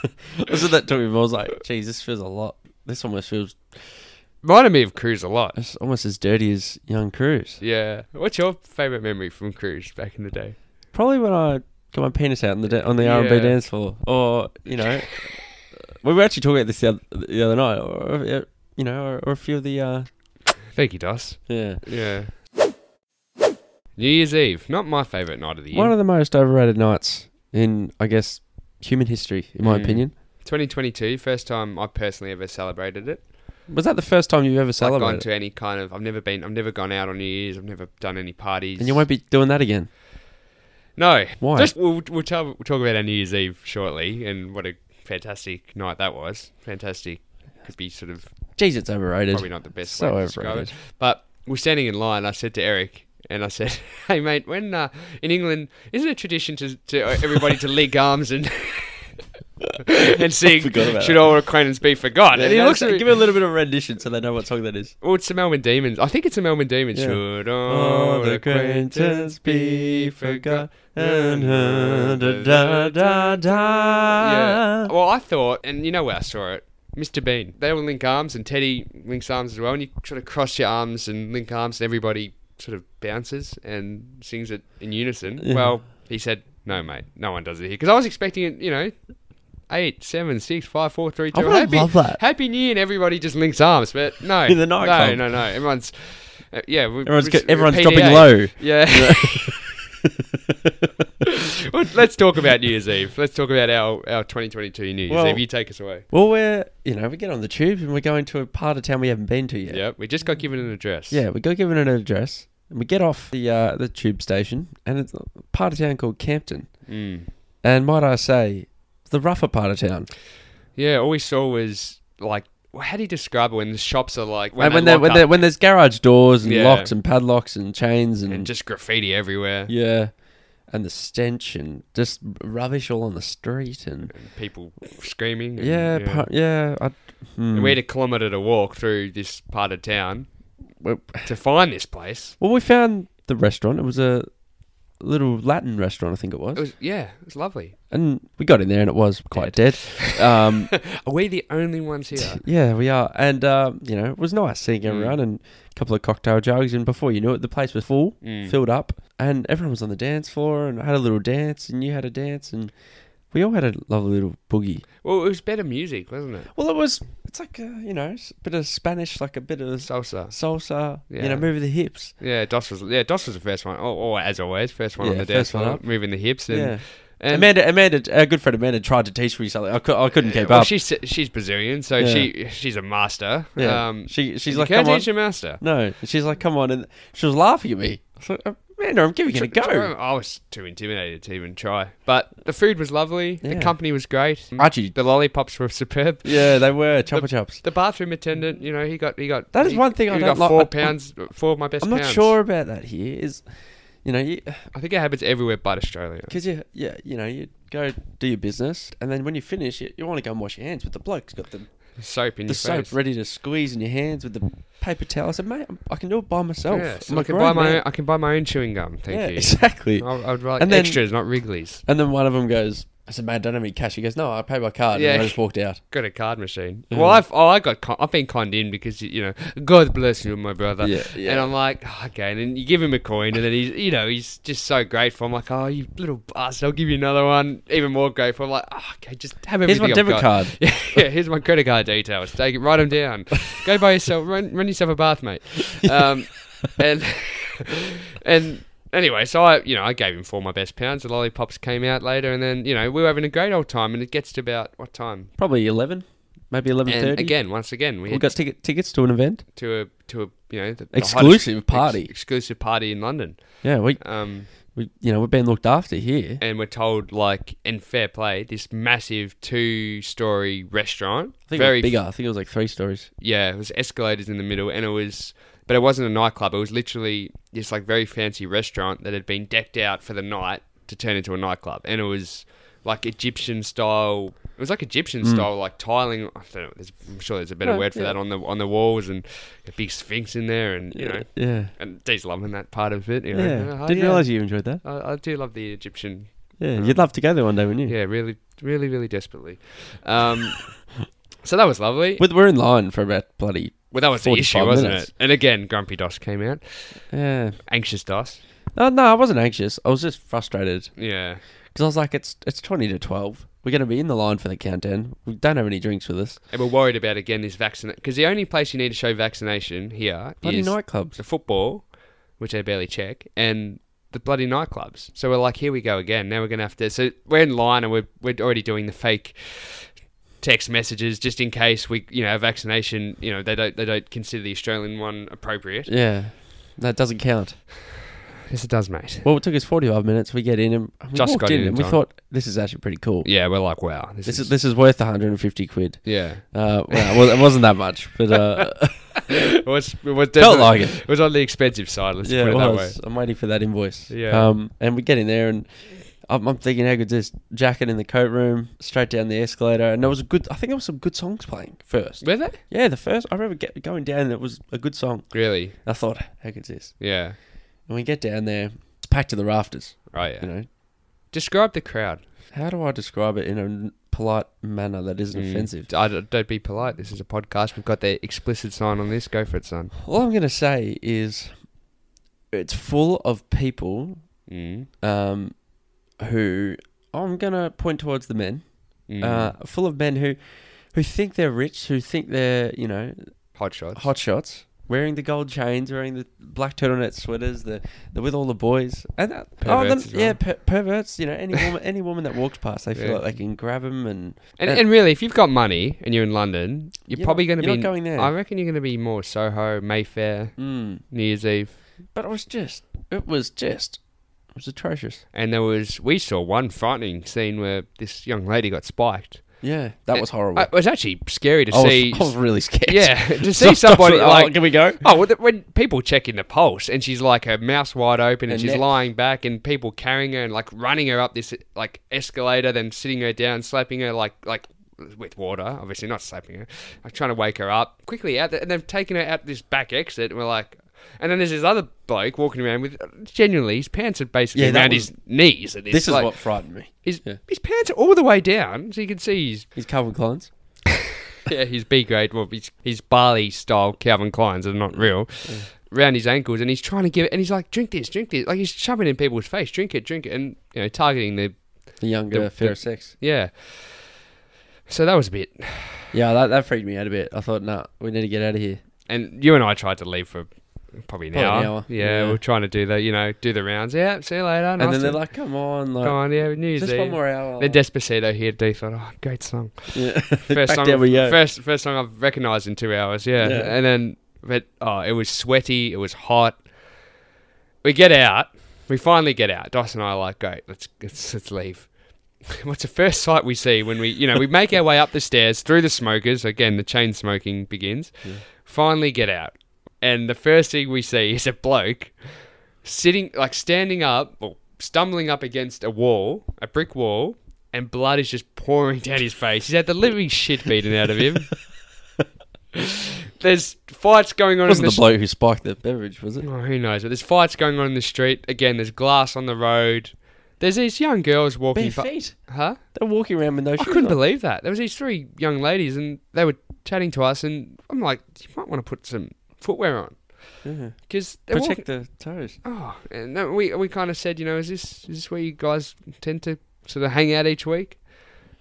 [SPEAKER 1] Uh, I said that to him. I was like, "Geez, this feels a lot. This almost feels
[SPEAKER 2] Reminded me of Cruise a lot.
[SPEAKER 1] it's almost as dirty as Young Cruise."
[SPEAKER 2] Yeah. What's your favourite memory from Cruise back in the day?
[SPEAKER 1] Probably when I got my penis out on the da- on the R and B
[SPEAKER 2] Yeah.
[SPEAKER 1] dance floor, or you know, we were actually talking about this the other, the other night, or uh, you know, or, or a few of the uh,
[SPEAKER 2] Thank you, Dos.
[SPEAKER 1] yeah.
[SPEAKER 2] Yeah. New Year's Eve, not my favourite night of the year.
[SPEAKER 1] One of the most overrated nights in, I guess, human history, in my
[SPEAKER 2] Mm.
[SPEAKER 1] opinion.
[SPEAKER 2] 2022, first time I personally ever celebrated it.
[SPEAKER 1] Was that the first time you've ever
[SPEAKER 2] I've
[SPEAKER 1] celebrated?
[SPEAKER 2] gone to any kind of. I've never been. I've never gone out on New Year's. I've never done any parties.
[SPEAKER 1] and you won't be doing that again.
[SPEAKER 2] No.
[SPEAKER 1] Why?
[SPEAKER 2] Just we'll, we'll, tell, we'll talk about our New Year's Eve shortly, and what a fantastic night that was. Fantastic. Could be sort of
[SPEAKER 1] Jeez, it's overrated.
[SPEAKER 2] probably not the best
[SPEAKER 1] So
[SPEAKER 2] way to describe
[SPEAKER 1] overrated.
[SPEAKER 2] it. But we're standing in line. I said to Eric, and I said, "Hey, uh, mate, when uh, in England, isn't it tradition to, to everybody to link arms and and seeing
[SPEAKER 1] forgot about
[SPEAKER 2] should
[SPEAKER 1] that.
[SPEAKER 2] all acquaintance be forgot. and he looks at me.
[SPEAKER 1] give it a little bit of rendition so they know what song that is.
[SPEAKER 2] Oh, it's the Melbourne Demons. I think it's the Melbourne Demons.
[SPEAKER 1] Yeah.
[SPEAKER 2] Should all
[SPEAKER 1] Oh,
[SPEAKER 2] acquaintance be forgot? Yeah. Well, I thought, and you know where I saw it. Mr. Bean. They all link arms, and Teddy links arms as well. And you sort of cross your arms and link arms, and everybody sort of bounces and sings it in unison.
[SPEAKER 1] Yeah.
[SPEAKER 2] Well, he said, "No, mate, no one does it here." Because I was expecting it, you know, eight, seven, six, five, four, three, two.
[SPEAKER 1] I would've
[SPEAKER 2] happy,
[SPEAKER 1] loved that.
[SPEAKER 2] Happy New Year, and everybody just links arms. But no,
[SPEAKER 1] In the
[SPEAKER 2] no,
[SPEAKER 1] nightclub.
[SPEAKER 2] no, no. Everyone's, uh, yeah, we,
[SPEAKER 1] Everyone's
[SPEAKER 2] we-
[SPEAKER 1] go- everyone's
[SPEAKER 2] PDA.
[SPEAKER 1] dropping low.
[SPEAKER 2] Yeah. Well, Let's talk about New Year's Eve. Let's talk about our, our 2022 New Year's
[SPEAKER 1] Well-
[SPEAKER 2] Eve. You take us away.
[SPEAKER 1] well, we're you know we get on the tube and we're going to a part of town we haven't been to yet.
[SPEAKER 2] Yeah, we just got given an address.
[SPEAKER 1] Yeah, we go given an address and we get off the uh, the tube station and it's a part of town called Campton.
[SPEAKER 2] Mm.
[SPEAKER 1] And might I say, the rougher part of town.
[SPEAKER 2] Yeah, all we saw was like, well, how do you describe it when the shops are like, when,
[SPEAKER 1] When, when,
[SPEAKER 2] they
[SPEAKER 1] there, when,
[SPEAKER 2] lock
[SPEAKER 1] there,
[SPEAKER 2] up
[SPEAKER 1] when there's garage doors and
[SPEAKER 2] Yeah.
[SPEAKER 1] locks and padlocks and chains and,
[SPEAKER 2] and just graffiti everywhere?
[SPEAKER 1] yeah, and the stench and just rubbish all on the street and
[SPEAKER 2] And people screaming. and-
[SPEAKER 1] yeah, yeah. Par- yeah I, hmm.
[SPEAKER 2] And we had a kilometre to walk through this part of town
[SPEAKER 1] Well,
[SPEAKER 2] to find this place.
[SPEAKER 1] well, we found the restaurant. It was a little Latin restaurant, I think it was,
[SPEAKER 2] It was yeah, it was lovely.
[SPEAKER 1] and we got in there and it was quite dead. Um,
[SPEAKER 2] Are we the only ones here?
[SPEAKER 1] Yeah, we are, and um, you know, it was nice seeing
[SPEAKER 2] Mm.
[SPEAKER 1] everyone and a couple of cocktail jugs. And before you knew it, the place was full,
[SPEAKER 2] Mm.
[SPEAKER 1] filled up, and everyone was on the dance floor and I had a little dance, and you had a dance, and we all had a lovely little boogie.
[SPEAKER 2] Well, it was better music, wasn't it?
[SPEAKER 1] Well, it was. It's like a, you know, s- bit of Spanish, like a bit of
[SPEAKER 2] Salsa.
[SPEAKER 1] salsa. You
[SPEAKER 2] Yeah.
[SPEAKER 1] know, move the hips.
[SPEAKER 2] Yeah, Dos was yeah Dos was the first one. Oh, oh as always, first one on
[SPEAKER 1] Yeah,
[SPEAKER 2] the dance
[SPEAKER 1] first one
[SPEAKER 2] floor,
[SPEAKER 1] up.
[SPEAKER 2] moving the hips. And,
[SPEAKER 1] yeah.
[SPEAKER 2] and
[SPEAKER 1] Amanda, Amanda, our good friend Amanda tried to teach me something. I, cou- I couldn't keep
[SPEAKER 2] well,
[SPEAKER 1] up.
[SPEAKER 2] she's she's Brazilian, so
[SPEAKER 1] Yeah.
[SPEAKER 2] she she's a master.
[SPEAKER 1] yeah.
[SPEAKER 2] Um,
[SPEAKER 1] she, she's
[SPEAKER 2] you
[SPEAKER 1] like,
[SPEAKER 2] can't
[SPEAKER 1] come on.
[SPEAKER 2] teach a master.
[SPEAKER 1] No, she's like, come on, and she was laughing at me. I was like, Amanda, I'm giving it a go.
[SPEAKER 2] I was too intimidated to even try. But the food was lovely. The
[SPEAKER 1] Yeah.
[SPEAKER 2] company was great. Mm,
[SPEAKER 1] Archie
[SPEAKER 2] The lollipops were superb.
[SPEAKER 1] Yeah, they were chopper chops.
[SPEAKER 2] The bathroom attendant, you know, he got he got.
[SPEAKER 1] That is
[SPEAKER 2] he-
[SPEAKER 1] one thing I
[SPEAKER 2] he
[SPEAKER 1] don't
[SPEAKER 2] got
[SPEAKER 1] like-
[SPEAKER 2] Four
[SPEAKER 1] I-
[SPEAKER 2] pounds, four of my best.
[SPEAKER 1] I'm not
[SPEAKER 2] pounds.
[SPEAKER 1] sure about that here. Is you know you
[SPEAKER 2] I think it happens everywhere but Australia.
[SPEAKER 1] because you yeah you know you go do your business and then when you finish it you want to go and wash your hands, but the bloke's got the
[SPEAKER 2] Soap in
[SPEAKER 1] the
[SPEAKER 2] your
[SPEAKER 1] soap
[SPEAKER 2] face.
[SPEAKER 1] ready to squeeze in your hands with the paper towel. I said, mate, I'm- I can do it by myself.
[SPEAKER 2] Yeah, so
[SPEAKER 1] I'm
[SPEAKER 2] I
[SPEAKER 1] a
[SPEAKER 2] can
[SPEAKER 1] grown
[SPEAKER 2] buy my
[SPEAKER 1] man."
[SPEAKER 2] own, I can buy my own chewing gum. Thank
[SPEAKER 1] yeah,
[SPEAKER 2] you. Oh.
[SPEAKER 1] exactly.
[SPEAKER 2] I, I would like
[SPEAKER 1] And then-
[SPEAKER 2] extras, not Wrigley's.
[SPEAKER 1] And then one of them goes, I said, mate, I don't have any cash. He goes, no, I pay by card.
[SPEAKER 2] Yeah.
[SPEAKER 1] And I just walked out.
[SPEAKER 2] Got a card machine. Well, I've oh, I got con- I've been conned in because you know God bless you, my brother.
[SPEAKER 1] Yeah, yeah.
[SPEAKER 2] And I'm like, "Oh, okay. And then you give him a coin, and then he's you know he's just so grateful. I'm like, oh, you little bastard, I'll give you another one. Even more grateful. I'm like, oh, okay, just have
[SPEAKER 1] Here's
[SPEAKER 2] everything.
[SPEAKER 1] my debit
[SPEAKER 2] I've got."
[SPEAKER 1] card.
[SPEAKER 2] Yeah, yeah, here's my credit card details. Take it, write them down. Go buy yourself, run, run yourself a bath, mate. Um, and and anyway, so I, you know, I gave him four of my best pounds. The lollipops came out later, and then you know we were having a great old time. And it gets to about what time?
[SPEAKER 1] Probably 11, maybe 11.30.
[SPEAKER 2] And again, once again, we
[SPEAKER 1] we
[SPEAKER 2] had
[SPEAKER 1] got ticket, tickets to an event.
[SPEAKER 2] to a to a you know the, the
[SPEAKER 1] Exclusive
[SPEAKER 2] hottest-
[SPEAKER 1] party.
[SPEAKER 2] exclusive party in London.
[SPEAKER 1] Yeah, we,
[SPEAKER 2] Um,
[SPEAKER 1] we you know, we're being looked after here.
[SPEAKER 2] and we're told like in fair play, this massive two story restaurant,
[SPEAKER 1] I think
[SPEAKER 2] very
[SPEAKER 1] it was bigger. I think it was like three stories.
[SPEAKER 2] yeah, it was escalators in the middle, and it was. But it wasn't a nightclub. It was literally this like very fancy restaurant that had been decked out for the night to turn into a nightclub, and it was like Egyptian style. It was like Egyptian
[SPEAKER 1] Hmm.
[SPEAKER 2] style, like tiling. I don't know. There's, I'm sure there's a better
[SPEAKER 1] No,
[SPEAKER 2] word for
[SPEAKER 1] Oh, yeah.
[SPEAKER 2] that on the on the walls, and a big sphinx in there, and you know,
[SPEAKER 1] Yeah.
[SPEAKER 2] and Dee's loving that part of it. You know.
[SPEAKER 1] Yeah.
[SPEAKER 2] Oh,
[SPEAKER 1] Didn't
[SPEAKER 2] yeah.
[SPEAKER 1] realise you enjoyed that.
[SPEAKER 2] I, I do love the Egyptian.
[SPEAKER 1] Yeah. You'd love to go there one day, wouldn't you?
[SPEAKER 2] Yeah, really, really, really desperately. Um, so that was lovely.
[SPEAKER 1] But we're in line for about bloody.
[SPEAKER 2] Well, that was the
[SPEAKER 1] 45
[SPEAKER 2] issue, wasn't
[SPEAKER 1] minutes.
[SPEAKER 2] it? And again, Grumpy Dos came out.
[SPEAKER 1] Yeah.
[SPEAKER 2] Anxious Dos.
[SPEAKER 1] No, no, I wasn't anxious. I was just frustrated
[SPEAKER 2] Yeah.
[SPEAKER 1] because I was like, it's it's twenty to twelve. We're going to be in the line for the countdown. We don't have any drinks with us.
[SPEAKER 2] And we're worried about, again, this vaccine. Because the only place you need to show vaccination here
[SPEAKER 1] Bloody
[SPEAKER 2] is
[SPEAKER 1] nightclubs.
[SPEAKER 2] the football, which I barely check, and the bloody nightclubs. So we're like, here we go again. Now we're going to have to. So we're in line and we're, we're already doing the fake text messages just in case we, you know, our vaccination, you know, they don't, they don't consider the Australian one appropriate.
[SPEAKER 1] Yeah, that doesn't count.
[SPEAKER 2] Yes, it does, mate.
[SPEAKER 1] Well, it took us forty five minutes. We get in and we
[SPEAKER 2] Just
[SPEAKER 1] walked
[SPEAKER 2] got
[SPEAKER 1] in, and
[SPEAKER 2] in in
[SPEAKER 1] we
[SPEAKER 2] time.
[SPEAKER 1] thought this is actually pretty cool.
[SPEAKER 2] Yeah, we're like, wow. This,
[SPEAKER 1] This
[SPEAKER 2] is.
[SPEAKER 1] is this is worth one hundred and fifty quid.
[SPEAKER 2] yeah.
[SPEAKER 1] Uh, well, it was- it wasn't that much, but uh,
[SPEAKER 2] It was, it was
[SPEAKER 1] felt
[SPEAKER 2] definitely-
[SPEAKER 1] like it.
[SPEAKER 2] It was on the expensive side. Let's put it, that way.
[SPEAKER 1] I'm waiting for that invoice.
[SPEAKER 2] Yeah.
[SPEAKER 1] Um, and we get in there, and I'm, I'm thinking, how good's this? Jacket in the coat room, straight down the escalator, and there was a good. I think there was some good songs playing first.
[SPEAKER 2] Were they?
[SPEAKER 1] Yeah, the first I remember get, going down, and it was a good song.
[SPEAKER 2] Really?
[SPEAKER 1] I thought, how good's this?
[SPEAKER 2] Yeah.
[SPEAKER 1] And we get down there, it's packed to the rafters.
[SPEAKER 2] Right. Yeah.
[SPEAKER 1] You know,
[SPEAKER 2] Describe the crowd.
[SPEAKER 1] how do I describe it in a n- polite manner that isn't
[SPEAKER 2] Mm.
[SPEAKER 1] offensive?
[SPEAKER 2] I don't, don't be polite. This is a podcast. We've got the explicit sign on this. Go for it, son.
[SPEAKER 1] All I'm gonna say is, it's full of people
[SPEAKER 2] Mm.
[SPEAKER 1] um, who I'm gonna point towards the men.
[SPEAKER 2] Mm.
[SPEAKER 1] uh, full of men who who think they're rich, who think they're you know
[SPEAKER 2] hot shots.
[SPEAKER 1] hot shots, wearing the gold chains, wearing the black turtleneck sweaters, the they're with all the boys, and that, oh,
[SPEAKER 2] Perverts
[SPEAKER 1] then-
[SPEAKER 2] as well.
[SPEAKER 1] yeah, per- perverts. You know, any woman any woman that walks past, they feel
[SPEAKER 2] Yeah.
[SPEAKER 1] like they can grab them and
[SPEAKER 2] and,
[SPEAKER 1] and-
[SPEAKER 2] and really, if you've got money and you're in London, you're,
[SPEAKER 1] uh, You're
[SPEAKER 2] probably
[SPEAKER 1] not-
[SPEAKER 2] going to
[SPEAKER 1] you're
[SPEAKER 2] be.
[SPEAKER 1] not going there.
[SPEAKER 2] I reckon you're going to be more Soho, Mayfair,
[SPEAKER 1] mm.
[SPEAKER 2] New Year's Eve.
[SPEAKER 1] But it was just, it was just, it was atrocious.
[SPEAKER 2] And there was, we saw one frightening scene where this young lady got spiked.
[SPEAKER 1] Yeah, that
[SPEAKER 2] Uh,
[SPEAKER 1] was horrible.
[SPEAKER 2] Uh, It was actually scary to
[SPEAKER 1] I was,
[SPEAKER 2] see.
[SPEAKER 1] I was really scared.
[SPEAKER 2] yeah, to
[SPEAKER 1] So I
[SPEAKER 2] see
[SPEAKER 1] was
[SPEAKER 2] somebody
[SPEAKER 1] oh,
[SPEAKER 2] like.
[SPEAKER 1] can we go?
[SPEAKER 2] Oh, well, th- when people check in the pulse, and she's like her mouth wide open, and
[SPEAKER 1] Her
[SPEAKER 2] she's
[SPEAKER 1] neck.
[SPEAKER 2] lying back, and people carrying her and like running her up this like escalator, then sitting her down, slapping her like like with water, obviously not slapping her, like trying to wake her up quickly out, the, and they've taken her out this back exit, and we're like. And then there's this other bloke walking around with uh, genuinely his pants are basically
[SPEAKER 1] Yeah, that
[SPEAKER 2] around
[SPEAKER 1] was-
[SPEAKER 2] his knees. At this
[SPEAKER 1] This is
[SPEAKER 2] like,
[SPEAKER 1] what frightened me.
[SPEAKER 2] his
[SPEAKER 1] yeah.
[SPEAKER 2] his pants are all the way down, so you can see his
[SPEAKER 1] He's Calvin Klein's.
[SPEAKER 2] yeah, his B grade, well, his, his barley style Calvin Kleins are not real. Round his ankles, and he's trying to give it, and he's like, "Drink this, drink this!" Like he's shoving it in people's face, "Drink it, drink it," and you know, targeting the
[SPEAKER 1] The younger,
[SPEAKER 2] The-
[SPEAKER 1] fairer
[SPEAKER 2] the-
[SPEAKER 1] sex.
[SPEAKER 2] yeah. So that was a bit,
[SPEAKER 1] Yeah, that, that freaked me out a bit. I thought, nah, we need to get out of here.
[SPEAKER 2] and you and I tried to leave for probably an,
[SPEAKER 1] Probably an
[SPEAKER 2] hour.
[SPEAKER 1] hour,
[SPEAKER 2] Yeah,
[SPEAKER 1] yeah.
[SPEAKER 2] we're trying to do the, you know, do the rounds. Yeah, see you later.
[SPEAKER 1] And then they're like, come on, like,
[SPEAKER 2] "Come on, yeah, New Year's
[SPEAKER 1] just
[SPEAKER 2] Eve."
[SPEAKER 1] one more hour.
[SPEAKER 2] Then Despacito here, D thought, "Oh, great song."
[SPEAKER 1] yeah.
[SPEAKER 2] first
[SPEAKER 1] Back
[SPEAKER 2] song,
[SPEAKER 1] down we go.
[SPEAKER 2] first first song I've recognised in two hours. Yeah.
[SPEAKER 1] Yeah.
[SPEAKER 2] and then but oh, it was sweaty. It was hot. We get out. We finally get out. Doss and I are like, go. Let's let's, let's leave. What's the first sight we see when we, you know, we make our way up the stairs through the smokers? Again, the chain smoking begins. Finally, get out, and the first thing we see is a bloke sitting, like standing up or stumbling up against a wall, a brick wall, and blood is just pouring down his face. He's had the living shit beaten out of him. There's fights going on.
[SPEAKER 1] It wasn't
[SPEAKER 2] in
[SPEAKER 1] the bloke who spiked the beverage, was it?
[SPEAKER 2] Oh, who knows? But there's fights going on in the street. Again, there's glass on the road. There's these young girls walking. fa- huh?
[SPEAKER 1] They're walking around with no
[SPEAKER 2] I
[SPEAKER 1] shoes
[SPEAKER 2] couldn't
[SPEAKER 1] on.
[SPEAKER 2] believe that. There was these three young ladies, and they were chatting to us, and I'm like, you might want to put some footwear on,
[SPEAKER 1] Yeah.
[SPEAKER 2] because they're walking.
[SPEAKER 1] Protect the toes.
[SPEAKER 2] Oh, and that- we we kind of said, you know, is this is this where you guys tend to sort of hang out each week?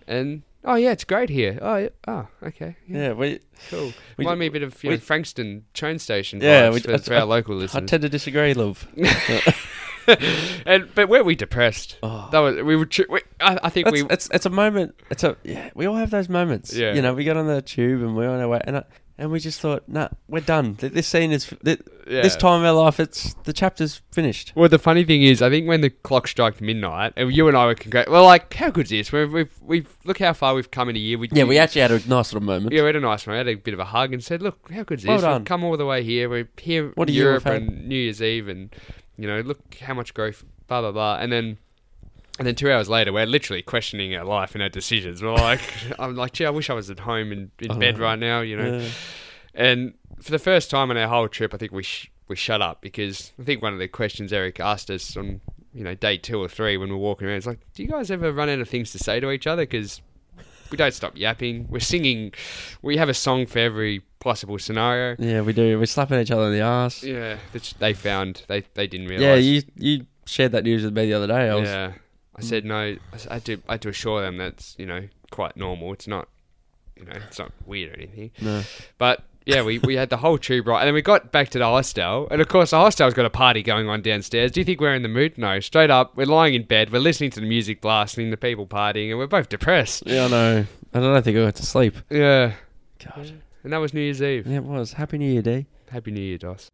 [SPEAKER 2] And oh yeah, it's great here. Oh yeah, oh okay, yeah,
[SPEAKER 1] Yeah, we,
[SPEAKER 2] cool.
[SPEAKER 1] we-
[SPEAKER 2] Remind me a bit of you
[SPEAKER 1] we-
[SPEAKER 2] know, Frankston train station
[SPEAKER 1] Yeah,
[SPEAKER 2] vibes
[SPEAKER 1] we-
[SPEAKER 2] for, for our local
[SPEAKER 1] I
[SPEAKER 2] listeners.
[SPEAKER 1] tend to disagree, love.
[SPEAKER 2] and but were we depressed?
[SPEAKER 1] Oh.
[SPEAKER 2] That was we were. Tr- we, I, I think
[SPEAKER 1] That's,
[SPEAKER 2] we.
[SPEAKER 1] it's it's a moment. It's a yeah. We all have those moments.
[SPEAKER 2] Yeah.
[SPEAKER 1] You know, we got on the tube and we are on our way, and I, and we just thought, nah, we're done. Th- This scene is th-
[SPEAKER 2] Yeah.
[SPEAKER 1] this time of our life. It's the chapter's finished.
[SPEAKER 2] Well, the funny thing is, I think when the clock struck midnight, and you and I were congrat. Well, like, how good's this? We've, we've, we've look how far we've come in a year. We,
[SPEAKER 1] Yeah, we actually had a nice little moment.
[SPEAKER 2] Yeah, we had a nice one. We had a bit of a hug and said, "Look, how good's
[SPEAKER 1] Well
[SPEAKER 2] this?
[SPEAKER 1] done.
[SPEAKER 2] We've come all the way here. We're here
[SPEAKER 1] What
[SPEAKER 2] in
[SPEAKER 1] a year
[SPEAKER 2] Europe
[SPEAKER 1] we've had."
[SPEAKER 2] and New Year's Eve, and you know, look how much growth, blah blah blah." And then, and then two hours later, we're literally questioning our life and our decisions. We're like, "I'm like, gee, I wish I was at home in, in
[SPEAKER 1] I
[SPEAKER 2] bed
[SPEAKER 1] know.
[SPEAKER 2] right now," you know.
[SPEAKER 1] Yeah.
[SPEAKER 2] And for the first time on our whole trip, I think we sh- we shut up because I think one of the questions Eric asked us on you know day two or three when we we're walking around is like, do you guys ever run out of things to say to each other? Because we don't stop yapping. We're singing. We have a song for every possible scenario.
[SPEAKER 1] Yeah, we do. We're slapping each other in the ass.
[SPEAKER 2] Yeah, that they found they they didn't realize.
[SPEAKER 1] Yeah, you you shared that news with me the other day. I was
[SPEAKER 2] yeah. I
[SPEAKER 1] Hmm.
[SPEAKER 2] said no. I, s- I do. I had to assure them that's you know quite normal. It's not, you know, it's not weird or anything.
[SPEAKER 1] no.
[SPEAKER 2] But yeah, we, we had the whole tube right, and then we got back to the hostel, and of course the hostel's got a party going on downstairs. Do you think we're in the mood? No, straight up, we're lying in bed, we're listening to the music blasting, the people partying, and we're both depressed.
[SPEAKER 1] Yeah, I know. I don't think I got to sleep.
[SPEAKER 2] Yeah,
[SPEAKER 1] God.
[SPEAKER 2] and that was New Year's Eve.
[SPEAKER 1] Yeah, it was. Happy New Year, D.
[SPEAKER 2] Happy New Year, Doss.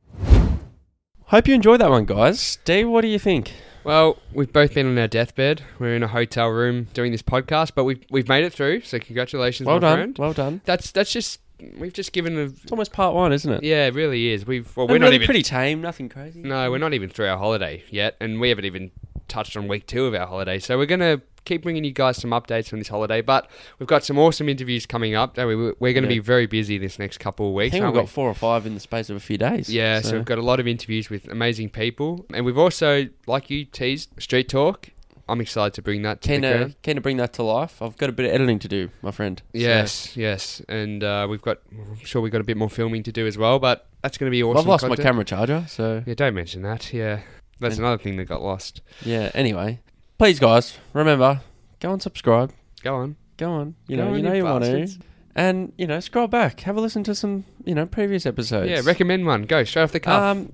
[SPEAKER 1] Hope you enjoyed that one, guys. D, what do you think?
[SPEAKER 2] Well, we've both been on our deathbed. We're in a hotel room doing this podcast, but we've we've made it through. So congratulations,
[SPEAKER 1] well
[SPEAKER 2] my
[SPEAKER 1] done.
[SPEAKER 2] friend.
[SPEAKER 1] Well done.
[SPEAKER 2] That's that's just we've just given a
[SPEAKER 1] It's almost part one, isn't it?
[SPEAKER 2] yeah, it really is. We've well,
[SPEAKER 1] And
[SPEAKER 2] we're not
[SPEAKER 1] really
[SPEAKER 2] even
[SPEAKER 1] pretty tame. Nothing crazy.
[SPEAKER 2] No, we're not even through our holiday yet, and we haven't even touched on week two of our holiday. So we're going to keep bringing you guys some updates from this holiday. But we've got some awesome interviews coming up. don't we? We're going to
[SPEAKER 1] Yeah.
[SPEAKER 2] be very busy this next couple of
[SPEAKER 1] I
[SPEAKER 2] weeks.
[SPEAKER 1] think we've
[SPEAKER 2] aren't we?
[SPEAKER 1] got four or five in the space of a few days.
[SPEAKER 2] Yeah, so. we've got a lot of interviews with amazing people, and we've also, like you teased, street talk. I'm excited to bring that to
[SPEAKER 1] keen
[SPEAKER 2] the
[SPEAKER 1] to,
[SPEAKER 2] ground.
[SPEAKER 1] keen to bring that to life. I've got a bit of editing to do, my friend. So,
[SPEAKER 2] Yes, yes, and uh, we've got. I'm sure we've got a bit more filming to do as well, but that's going to be awesome.
[SPEAKER 1] I've lost my
[SPEAKER 2] content.
[SPEAKER 1] camera charger, so
[SPEAKER 2] Yeah, don't mention that. Yeah, that's
[SPEAKER 1] And-
[SPEAKER 2] another thing that got lost.
[SPEAKER 1] yeah. Anyway, please, guys, remember go and subscribe.
[SPEAKER 2] Go on.
[SPEAKER 1] Go on, you
[SPEAKER 2] Go
[SPEAKER 1] know,
[SPEAKER 2] on,
[SPEAKER 1] you know eh? you want to,
[SPEAKER 2] bastards.
[SPEAKER 1] and you know, scroll back, have a listen to some, you know, previous episodes.
[SPEAKER 2] Yeah, recommend one. Go straight off the cuff.
[SPEAKER 1] Um,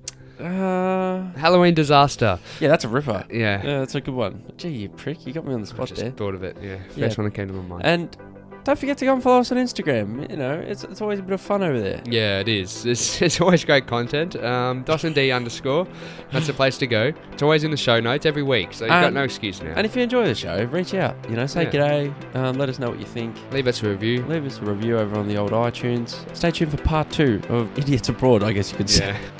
[SPEAKER 1] uh,
[SPEAKER 2] Halloween disaster.
[SPEAKER 1] yeah, that's a ripper.
[SPEAKER 2] Yeah,
[SPEAKER 1] Yeah, that's a good one. Gee, you prick, you got me on the
[SPEAKER 2] I
[SPEAKER 1] spot
[SPEAKER 2] just
[SPEAKER 1] there.
[SPEAKER 2] thought of it. Yeah, first
[SPEAKER 1] Yeah. Uh,
[SPEAKER 2] one that came to my mind.
[SPEAKER 1] And don't forget to go and follow us on Instagram. You know, it's it's always a bit of fun over there.
[SPEAKER 2] Yeah, it is. It's, it's always great content. Um, Dawson D underscore. That's the place to go. It's always in the show notes every week, so you've got
[SPEAKER 1] Um,
[SPEAKER 2] no excuse now.
[SPEAKER 1] And if you enjoy the show, reach out. You know, say g'day. Um, let us know what you think.
[SPEAKER 2] Leave us a review.
[SPEAKER 1] Leave us a review over on the old iTunes. Stay tuned for part two of Idiots Abroad. I guess you could say.
[SPEAKER 2] Yeah.